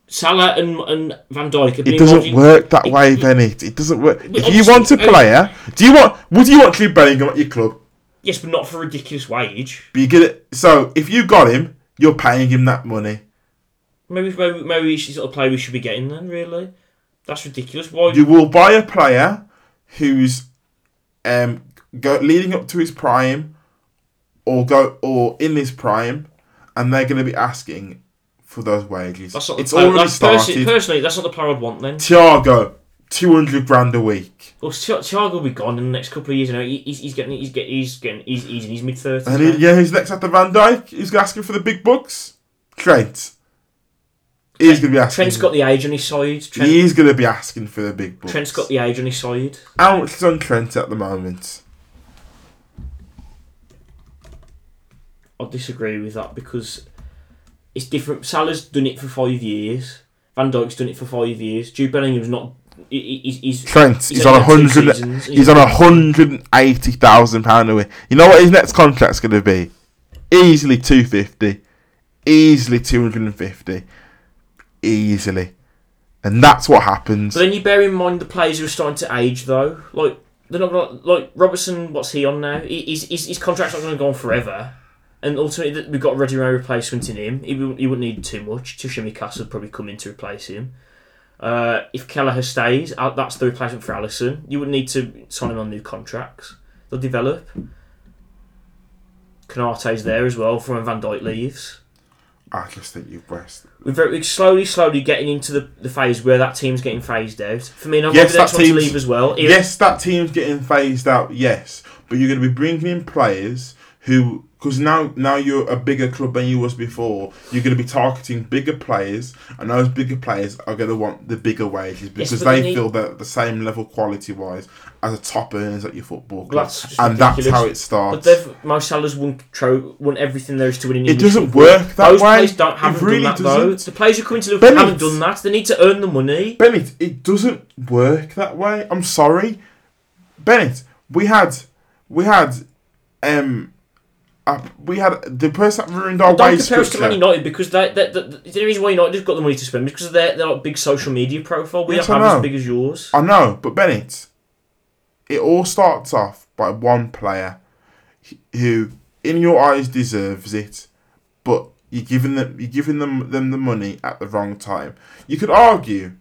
Speaker 1: Salah and and Van Dijk. Have been
Speaker 2: It
Speaker 1: involved
Speaker 2: doesn't
Speaker 1: in-
Speaker 2: work that
Speaker 1: it-
Speaker 2: way, Bennett. It doesn't work. If you
Speaker 1: obviously-
Speaker 2: want a player, do you want? Would you want Jude Bellingham at your club?
Speaker 1: Yes, but not for a ridiculous wage.
Speaker 2: But you get it. So if you got him, you're paying him that money.
Speaker 1: Maybe maybe maybe he's not a player we should be getting then. Really, that's ridiculous. Why?
Speaker 2: You will buy a player who's um go, leading up to his prime, or go or in his prime, and they're going to be asking for those wages.
Speaker 1: that's not.
Speaker 2: it's
Speaker 1: the player,
Speaker 2: already
Speaker 1: that's perso-
Speaker 2: started.
Speaker 1: personally, that's not the player I'd want then.
Speaker 2: Thiago, two hundred grand a week.
Speaker 1: Well, Thi- Thiago will be gone in the next couple of years. You know, He- he's, he's getting he's getting he's getting he's, he's in his mid thirties.
Speaker 2: And he, yeah, who's next after Van Dijk? Who's asking for the big bucks? Trent. He's going to be asking.
Speaker 1: Trent's got the age on his side. Trent,
Speaker 2: He's going to be asking for the big bucks.
Speaker 1: Trent's got the age on his side.
Speaker 2: How much is on Trent at the moment?
Speaker 1: I disagree with that because it's different. Salah's done it for five years. Van Dijk's done it for five years. Jude Bellingham's not. he- he- He's, he's
Speaker 2: Trent
Speaker 1: he's
Speaker 2: is on a
Speaker 1: only had two
Speaker 2: hundred.
Speaker 1: seasons.
Speaker 2: He's on a hundred and eighty thousand pound a week. You know what his next contract's going to be? Easily two fifty, easily two hundred and fifty, easily, and that's what happens.
Speaker 1: But then you bear in mind the players who are starting to age though. Like they're not gonna, like Robertson. What's he on now? He, his, his his contract's not going to go on forever. And ultimately, th- we've got a ready-made replacement in him. He, wou- he wouldn't need too much. Tushimi Cass would probably come in to replace him. Uh, if Kelleher stays, Al- that's the replacement for Allison. You wouldn't need to sign him on new contracts. They'll develop. Canate's there as well from when Van Dijk leaves
Speaker 2: I just think you've west.
Speaker 1: we're, very, we're slowly, slowly getting into the, the phase where that team's getting phased out. For me,
Speaker 2: Yes,
Speaker 1: yes, the next
Speaker 2: that
Speaker 1: one to
Speaker 2: team's-
Speaker 1: leave as well. If-
Speaker 2: Yes, that team's getting phased out. Yes, but you're going to be bringing in players who, because now now you're a bigger club than you was before. You're going to be targeting bigger players, and those bigger players are going to want the bigger wages because
Speaker 1: but
Speaker 2: they
Speaker 1: they need-
Speaker 2: feel they're at the same level quality wise as the top earners at your football
Speaker 1: Well,
Speaker 2: club,
Speaker 1: that's just
Speaker 2: and that's
Speaker 1: ridiculous.
Speaker 2: how it
Speaker 1: But
Speaker 2: starts.
Speaker 1: they've Mo Salah's won, tro- won everything there is to win in
Speaker 2: It
Speaker 1: English
Speaker 2: doesn't
Speaker 1: football.
Speaker 2: work that
Speaker 1: Those
Speaker 2: way.
Speaker 1: players don't
Speaker 2: It
Speaker 1: haven't
Speaker 2: really
Speaker 1: done that though.
Speaker 2: doesn't.
Speaker 1: The players who come into Liverpool
Speaker 2: Bennett.
Speaker 1: haven't done that. They need to earn the money.
Speaker 2: Bennett, it doesn't work that way. I'm sorry, Bennett. We had, we had, um, uh, we had the person that ruined our
Speaker 1: Don't
Speaker 2: wage
Speaker 1: compare us to Man
Speaker 2: structure.
Speaker 1: United because they, they, they, the reason why United have got the money to spend is because of their, their like, big social media profile. We
Speaker 2: Yes,
Speaker 1: don't
Speaker 2: I
Speaker 1: have
Speaker 2: know.
Speaker 1: as big as yours.
Speaker 2: I know, but Bennett, it all starts off by one player who, in your eyes, deserves it, but you're giving them you're giving them them the money at the wrong time. You could argue.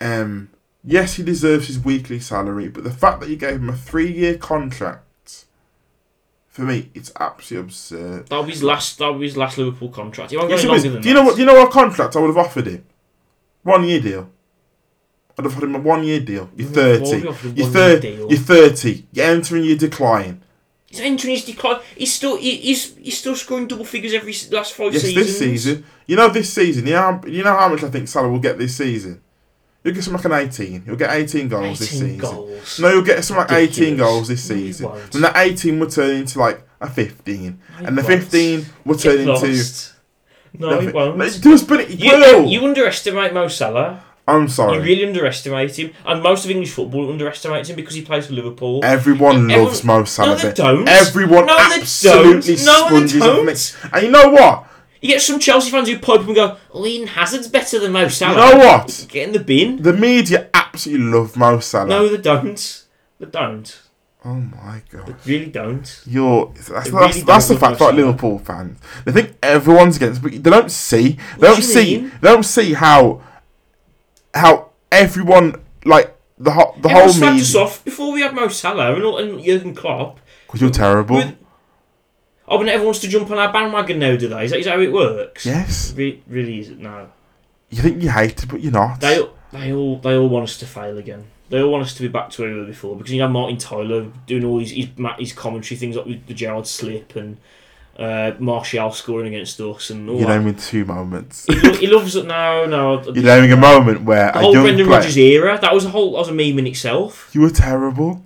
Speaker 2: Um. Yes, he deserves his weekly salary, but the fact that you gave him a three-year contract, for me, it's absolutely absurd.
Speaker 1: That'll be his last. That'll be his last Liverpool contract. He won't go
Speaker 2: Yes,
Speaker 1: any
Speaker 2: it was.
Speaker 1: longer than
Speaker 2: Do you
Speaker 1: that.
Speaker 2: know what? Do you know what contract I would have offered him? One year deal. I'd have had him a one year deal. You're
Speaker 1: Well, we
Speaker 2: 30.
Speaker 1: offered him
Speaker 2: You're
Speaker 1: one year
Speaker 2: 30.
Speaker 1: deal.
Speaker 2: You're 30. You're entering your decline.
Speaker 1: He's entering his decline. He's still he, he's he's still scoring double figures every s- last five
Speaker 2: Yes,
Speaker 1: seasons.
Speaker 2: this season. You know this season. You know, how- you know how much I think Salah will get this season. You'll get something like an 18. You'll get 18 goals
Speaker 1: 18
Speaker 2: this season.
Speaker 1: goals.
Speaker 2: No, you'll get something like 18
Speaker 1: Ridiculous.
Speaker 2: goals this
Speaker 1: No, you
Speaker 2: season.
Speaker 1: won't.
Speaker 2: And that 18 will turn into like a 15.
Speaker 1: No,
Speaker 2: and the
Speaker 1: you won't.
Speaker 2: 15 will
Speaker 1: Get
Speaker 2: turn into.
Speaker 1: lost. No, he
Speaker 2: nothing.
Speaker 1: won't.
Speaker 2: Let's do it, but it
Speaker 1: You,
Speaker 2: will.
Speaker 1: you underestimate Mo Salah.
Speaker 2: I'm
Speaker 1: You
Speaker 2: sorry.
Speaker 1: really underestimate him, and most of English football underestimates him because he plays for Liverpool.
Speaker 2: Everyone
Speaker 1: Everyone-
Speaker 2: loves Mo Salah.
Speaker 1: they don't.
Speaker 2: Everyone
Speaker 1: No, they
Speaker 2: absolutely
Speaker 1: don't. No, they
Speaker 2: sponges off
Speaker 1: don't.
Speaker 2: Nick. And you know what?
Speaker 1: you get some Chelsea fans who pipe him and go, "Oh, Eden Hazard's better than Mo Salah."
Speaker 2: You know what?
Speaker 1: Get in the bin.
Speaker 2: The media absolutely love Mo Salah.
Speaker 1: No, they don't. They don't.
Speaker 2: Oh my god.
Speaker 1: Really don't.
Speaker 2: You're that's,
Speaker 1: They
Speaker 2: that's,
Speaker 1: really
Speaker 2: that's the
Speaker 1: don't love
Speaker 2: fact
Speaker 1: Mo
Speaker 2: about
Speaker 1: Salah.
Speaker 2: Liverpool fans. They think everyone's against but they don't see they
Speaker 1: What
Speaker 2: don't
Speaker 1: do you
Speaker 2: see
Speaker 1: mean?
Speaker 2: they don't see how how everyone like the ho- the
Speaker 1: Everyone
Speaker 2: whole
Speaker 1: slagged us
Speaker 2: media
Speaker 1: off before we had Mo Salah and, all- and Jurgen Klopp.
Speaker 2: because you're terrible.
Speaker 1: With- Oh, but everyone wants to jump on our bandwagon now, do they? Is that, is that how it works?
Speaker 2: yes.
Speaker 1: Re- really isn't. No,
Speaker 2: You think you hate it but you're not.
Speaker 1: they they all they all want us to fail again. They all want us to be back to where we were before because you know Martin Tyler doing all his his, ma- his commentary things like with the Gerard slip and uh, Martial scoring against us and all
Speaker 2: you
Speaker 1: that.
Speaker 2: know in two moments.
Speaker 1: He, lo- he loves it. No, no.
Speaker 2: You're naming a moment where
Speaker 1: the
Speaker 2: a
Speaker 1: whole
Speaker 2: young
Speaker 1: Brendan
Speaker 2: player,
Speaker 1: Rodgers era that was a whole that was a meme in itself.
Speaker 2: you were terrible.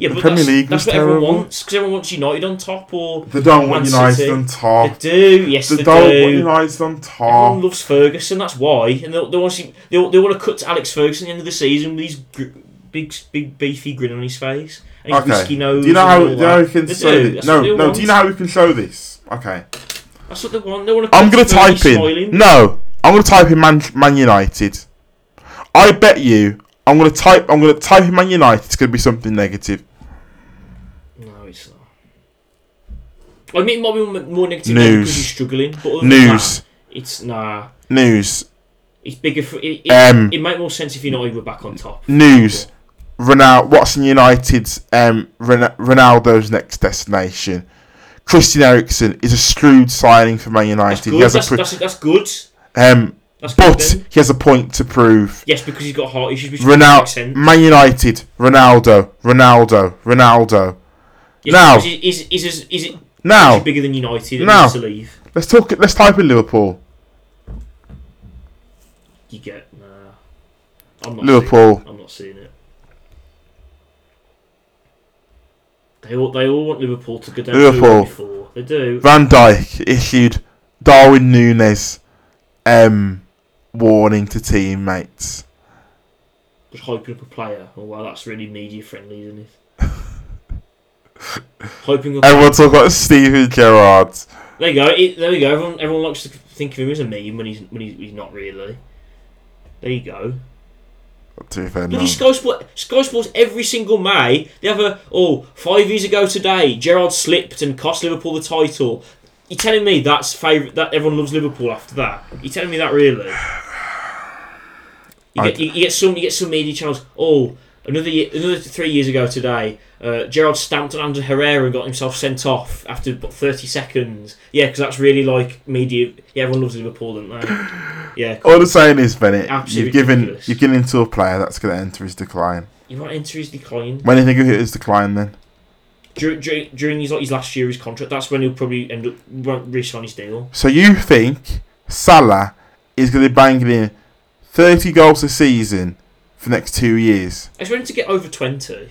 Speaker 1: Yeah,
Speaker 2: The
Speaker 1: but
Speaker 2: Premier
Speaker 1: that's,
Speaker 2: League
Speaker 1: that's
Speaker 2: was
Speaker 1: what everyone
Speaker 2: terrible.
Speaker 1: wants because everyone wants United on top or
Speaker 2: They don't want
Speaker 1: Man
Speaker 2: United
Speaker 1: City.
Speaker 2: on
Speaker 1: they
Speaker 2: top.
Speaker 1: do. Yes, they,
Speaker 2: They don't
Speaker 1: do.
Speaker 2: want United on
Speaker 1: Everyone
Speaker 2: top.
Speaker 1: loves Ferguson. That's why, and they, they want to see, they, they want to cut to Alex Ferguson at the end of the season with his gr- big, big, beefy grin on his face and his
Speaker 2: Okay.
Speaker 1: whiskey nose.
Speaker 2: Do you know
Speaker 1: and
Speaker 2: how,
Speaker 1: all
Speaker 2: do you
Speaker 1: that.
Speaker 2: know how we can
Speaker 1: They
Speaker 2: show
Speaker 1: do.
Speaker 2: this?
Speaker 1: That's
Speaker 2: No,
Speaker 1: what they
Speaker 2: no.
Speaker 1: want.
Speaker 2: Do you know how we can show this? Okay,
Speaker 1: That's what they want. They want to. Cut
Speaker 2: I'm gonna
Speaker 1: to Fergie
Speaker 2: type in.
Speaker 1: Smiling.
Speaker 2: No, I'm gonna type in Man, Man United. I bet you, I'm gonna type. I'm gonna type in Man United. It's gonna be something negative.
Speaker 1: No, it's not. I mean, it might be more- more negative
Speaker 2: News.
Speaker 1: because he's struggling. But other than
Speaker 2: News,
Speaker 1: that, it's nah.
Speaker 2: news,
Speaker 1: It's bigger. For, it, it,
Speaker 2: um,
Speaker 1: it make more sense if United were back on top.
Speaker 2: news. Ronaldo, Watson United's um, Ron- Ronaldo's next destination. Christian Eriksen is a shrewd signing for Man
Speaker 1: That's
Speaker 2: United. He
Speaker 1: good.
Speaker 2: has a
Speaker 1: That's,
Speaker 2: pr-
Speaker 1: that's, that's good.
Speaker 2: um,
Speaker 1: That's good.
Speaker 2: but
Speaker 1: then.
Speaker 2: he has a point to prove.
Speaker 1: yes, because he's got heart issues. Which makes
Speaker 2: Ronaldo,
Speaker 1: sense.
Speaker 2: Man United, Ronaldo, Ronaldo, Ronaldo.
Speaker 1: Yes,
Speaker 2: Now.
Speaker 1: because is is is, is it
Speaker 2: Now
Speaker 1: bigger than United?
Speaker 2: Now.
Speaker 1: Now to leave.
Speaker 2: let's talk. Let's type in Liverpool.
Speaker 1: You get nah. I'm not
Speaker 2: Liverpool.
Speaker 1: Seeing it. I'm not seeing it. They all they all want Liverpool to go down. to
Speaker 2: Liverpool.
Speaker 1: Before. They do.
Speaker 2: Van Dijk issued Darwin Nunes um, warning to teammates.
Speaker 1: Just hyping up a player. Oh wow, that's really media friendly, isn't it? hyping up.
Speaker 2: Everyone talk about Steven Gerrard.
Speaker 1: There you go. It, there we go. Everyone everyone likes to think of him as a meme when he's when he's, he's not really. There you go.
Speaker 2: To be fair, no.
Speaker 1: Bloody Sky Sport, Sky Sports every single May they have a oh five years ago today Gerard slipped and cost Liverpool the title. You telling me that's favourite that everyone loves Liverpool after that? You telling me that really? You
Speaker 2: I-
Speaker 1: get, you, you get some you get some media channels. Oh, another year, another three years ago today, uh, Gerard stamped on Andrew Herrera and got himself sent off after about thirty seconds. Yeah, because that's really like media. Yeah, everyone loves Liverpool, don't they? Yeah, cool.
Speaker 2: All I'm saying is, Bennett,
Speaker 1: Absolutely
Speaker 2: you've given
Speaker 1: ridiculous.
Speaker 2: you've given to a player that's going to enter his decline.
Speaker 1: you want to enter his decline.
Speaker 2: When do you think he'll hit his decline then?
Speaker 1: during, during, during his, like, his last year of his contract, that's when he'll probably end up won't re-sign his deal.
Speaker 2: So you think Salah is going to be banging in 30 goals a season for the next two years?
Speaker 1: I expect him to get over twenty.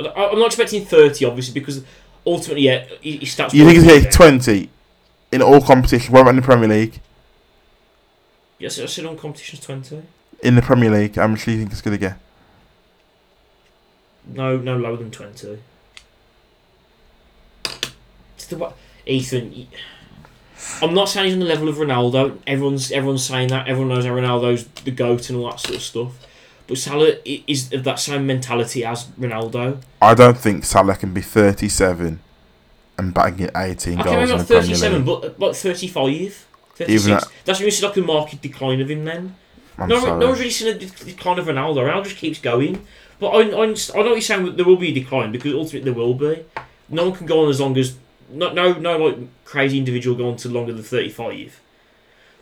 Speaker 1: I- I'm not expecting thirty, obviously, because ultimately, yeah, he, he starts.
Speaker 2: You think he's going
Speaker 1: Yeah.
Speaker 2: to hit 20 in all competition? What about in the Premier League?
Speaker 1: Yes, I said on competitions twenty.
Speaker 2: In the Premier League, how much do you think he's going to get?
Speaker 1: No, no lower than twenty. It's the wa- Ethan. y- I'm not saying he's on the level of Ronaldo. Everyone's everyone's saying that. Everyone knows that Ronaldo's the goat and all that sort of stuff. But Salah i- is of that same mentality as Ronaldo.
Speaker 2: I don't think Salah can be 37 and banging 18
Speaker 1: Okay, maybe
Speaker 2: goals in the
Speaker 1: not
Speaker 2: Premier
Speaker 1: 37,
Speaker 2: League.
Speaker 1: but like 35, 36.
Speaker 2: Even at-
Speaker 1: That's when you see like a marked decline of him then.
Speaker 2: I'm
Speaker 1: no,
Speaker 2: sorry.
Speaker 1: no one's really seen a de- decline of Ronaldo. Ronaldo just keeps going. But I, I, I know what you're saying, there will be a decline because ultimately there will be. No one can go on as long as. No, no, no like crazy individual go on to longer than 35.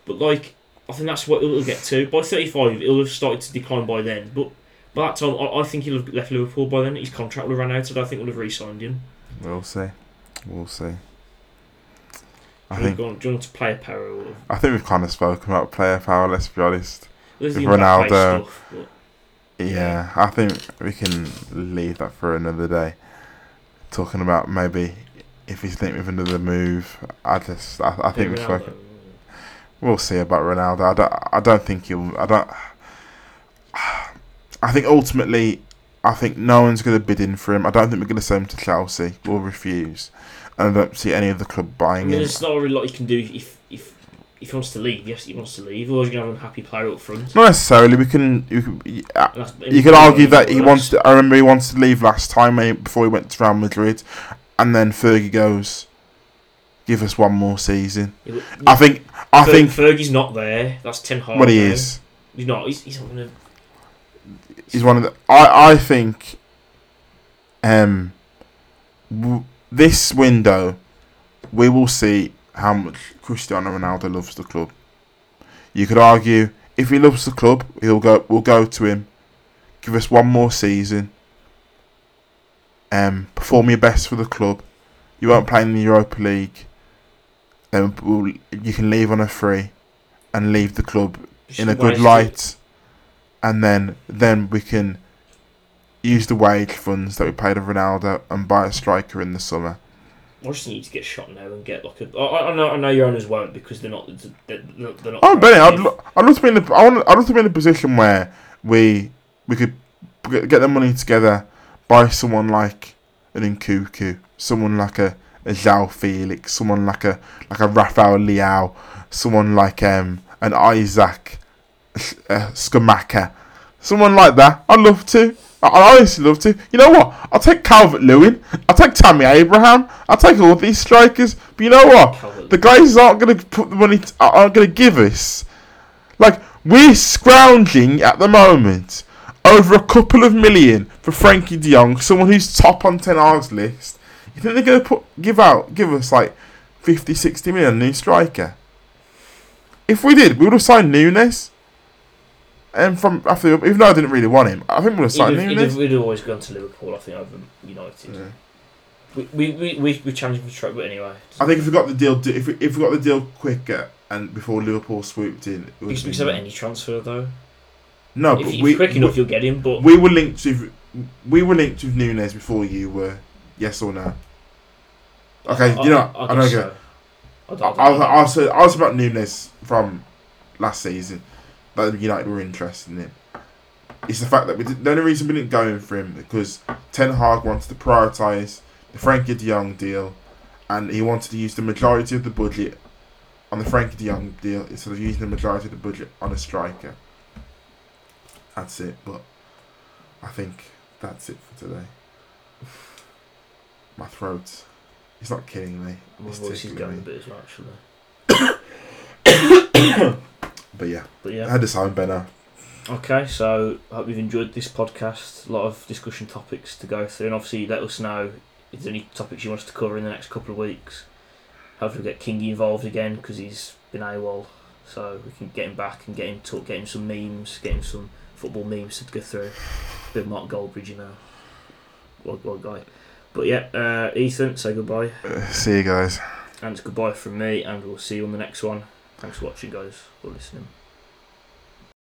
Speaker 1: But like, I think that's what it'll get to. By 35, it'll have started to decline by then. But by that time, I, I think he'll have left Liverpool by then. His contract will have run out, and I think we'll have re signed him.
Speaker 2: We'll see. We'll see. I
Speaker 1: Do you
Speaker 2: think
Speaker 1: want do you want to play a power or
Speaker 2: I think we've kind of spoken about player power. Let's be honest.
Speaker 1: there's
Speaker 2: With
Speaker 1: the Mbappe
Speaker 2: Ronaldo.
Speaker 1: stuff, but
Speaker 2: Yeah, I think we can leave that for another day. Talking about maybe if he's linked with another move. I just I, I think we've
Speaker 1: Ronaldo,
Speaker 2: spoken. We'll see about Ronaldo. I don't. I don't think he'll. I don't. I think ultimately, I think no one's going to bid in for him. I don't think we're going to sell him to Chelsea. We'll refuse, and I don't see any other club
Speaker 1: I
Speaker 2: buying
Speaker 1: mean,
Speaker 2: him.
Speaker 1: there's not really a lot you can do if if if he wants to leave. Yes, he wants to leave. Otherwise, you're gonna have an unhappy player up front.
Speaker 2: Not necessarily. We can. You can. uh,
Speaker 1: And that's-
Speaker 2: You could argue that he
Speaker 1: That's-
Speaker 2: wants. To, I remember he wanted to leave last time eh, before he went to Real Madrid, and then Fergie goes, "Give us one more season."
Speaker 1: Yeah, but-
Speaker 2: I think. I
Speaker 1: Fer-
Speaker 2: think.
Speaker 1: Fergie's not there. That's Ten Hag.
Speaker 2: What he
Speaker 1: there.
Speaker 2: is.
Speaker 1: He's not. He's, he's not gonna.
Speaker 2: He's one of the. I I think. Um, w- this window, we will see how much Cristiano Ronaldo loves the club. You could argue if he loves the club, he'll go. We'll go to him. Give us one more season. Um, perform your best for the club. You won't play in the Europa League. Then we'll, you can leave on a free, and leave the club in a good
Speaker 1: Waste it.
Speaker 2: light, and then then we can use the wage funds that we paid of Ronaldo and buy a striker in the summer.
Speaker 1: I just need to get shot now and get like a. I, I- I know. I know your owners won't because they're not. They're, they're they're not.
Speaker 2: Oh, Benny, I'd,
Speaker 1: proactive.
Speaker 2: lo- I'd love to be in the I want, I'd love to be in a position where we we could g- get the money together, buy someone like an Nkuku, someone like a, a Zhao Felix, someone like a like a Rafael Leao, someone like um an Isaac uh, Skamaka, someone like that. I'd love to. I- I'd honestly love to. You know what? I'll take Calvert Lewin. I'll take Tammy Abraham. I'll take all these strikers. But you know what?
Speaker 1: Calvert.
Speaker 2: The guys aren't going to put the money. T- aren't going to give us. Like we're scrounging at the moment over a couple of million for Frankie De Jong, someone who's top on Ten Hag's list. You think they're going to put give out give us like 50, 60 million a new striker? If we did, we would have signed Nunes. And from after, even though I didn't really want him, I think we would have signed
Speaker 1: He'd have- he'd
Speaker 2: Nunes.
Speaker 1: have- We'd have always gone to Liverpool, I think, over United.
Speaker 2: Yeah.
Speaker 1: We we we we, we challenged him for straight, but anyway.
Speaker 2: I think if we got the deal, if we, if we got the deal quicker and before Liverpool swooped in, it would
Speaker 1: because,
Speaker 2: have
Speaker 1: because
Speaker 2: been-
Speaker 1: of any transfer though,
Speaker 2: no,
Speaker 1: if
Speaker 2: but
Speaker 1: he's
Speaker 2: we,
Speaker 1: quick
Speaker 2: we-
Speaker 1: enough, you'll get him. But
Speaker 2: we were linked with we were linked with Nunes before you were. Yes or no? Okay, you know, I, don't
Speaker 1: guess
Speaker 2: go.
Speaker 1: so. I
Speaker 2: I,
Speaker 1: don't,
Speaker 2: I, was, I, was, I was about Nunes from last season that United were interested in him. It's the fact that we did, the only reason we didn't go in for him because Ten Hag wanted to prioritise the Frankie De Jong deal, and he wanted to use the majority of the budget on the Frankie De Jong deal instead of using the majority of the budget on a striker. That's it. But I think that's it for today. My throat. It's not killing me.
Speaker 1: my
Speaker 2: It's
Speaker 1: voice is
Speaker 2: tickling
Speaker 1: going a
Speaker 2: me.
Speaker 1: bit as well, actually.
Speaker 2: But yeah,
Speaker 1: But
Speaker 2: I
Speaker 1: yeah.
Speaker 2: had to sign Benner.
Speaker 1: Okay, so I hope you've enjoyed this podcast. A lot of discussion topics to go through, and obviously let us know if there's any topics you want us to cover in the next couple of weeks. Hopefully, we'll get Kingy involved again because he's been AWOL, so we can get him back and get him talk, get him some memes, get him some football memes to go through. Bit of Mark Goldbridge, you know, what, what guy. But yeah, uh, Ethan, say goodbye,
Speaker 2: Uh, see you guys.
Speaker 1: and it's goodbye from me, and we'll see you on the next one. Thanks for watching, guys, or listening.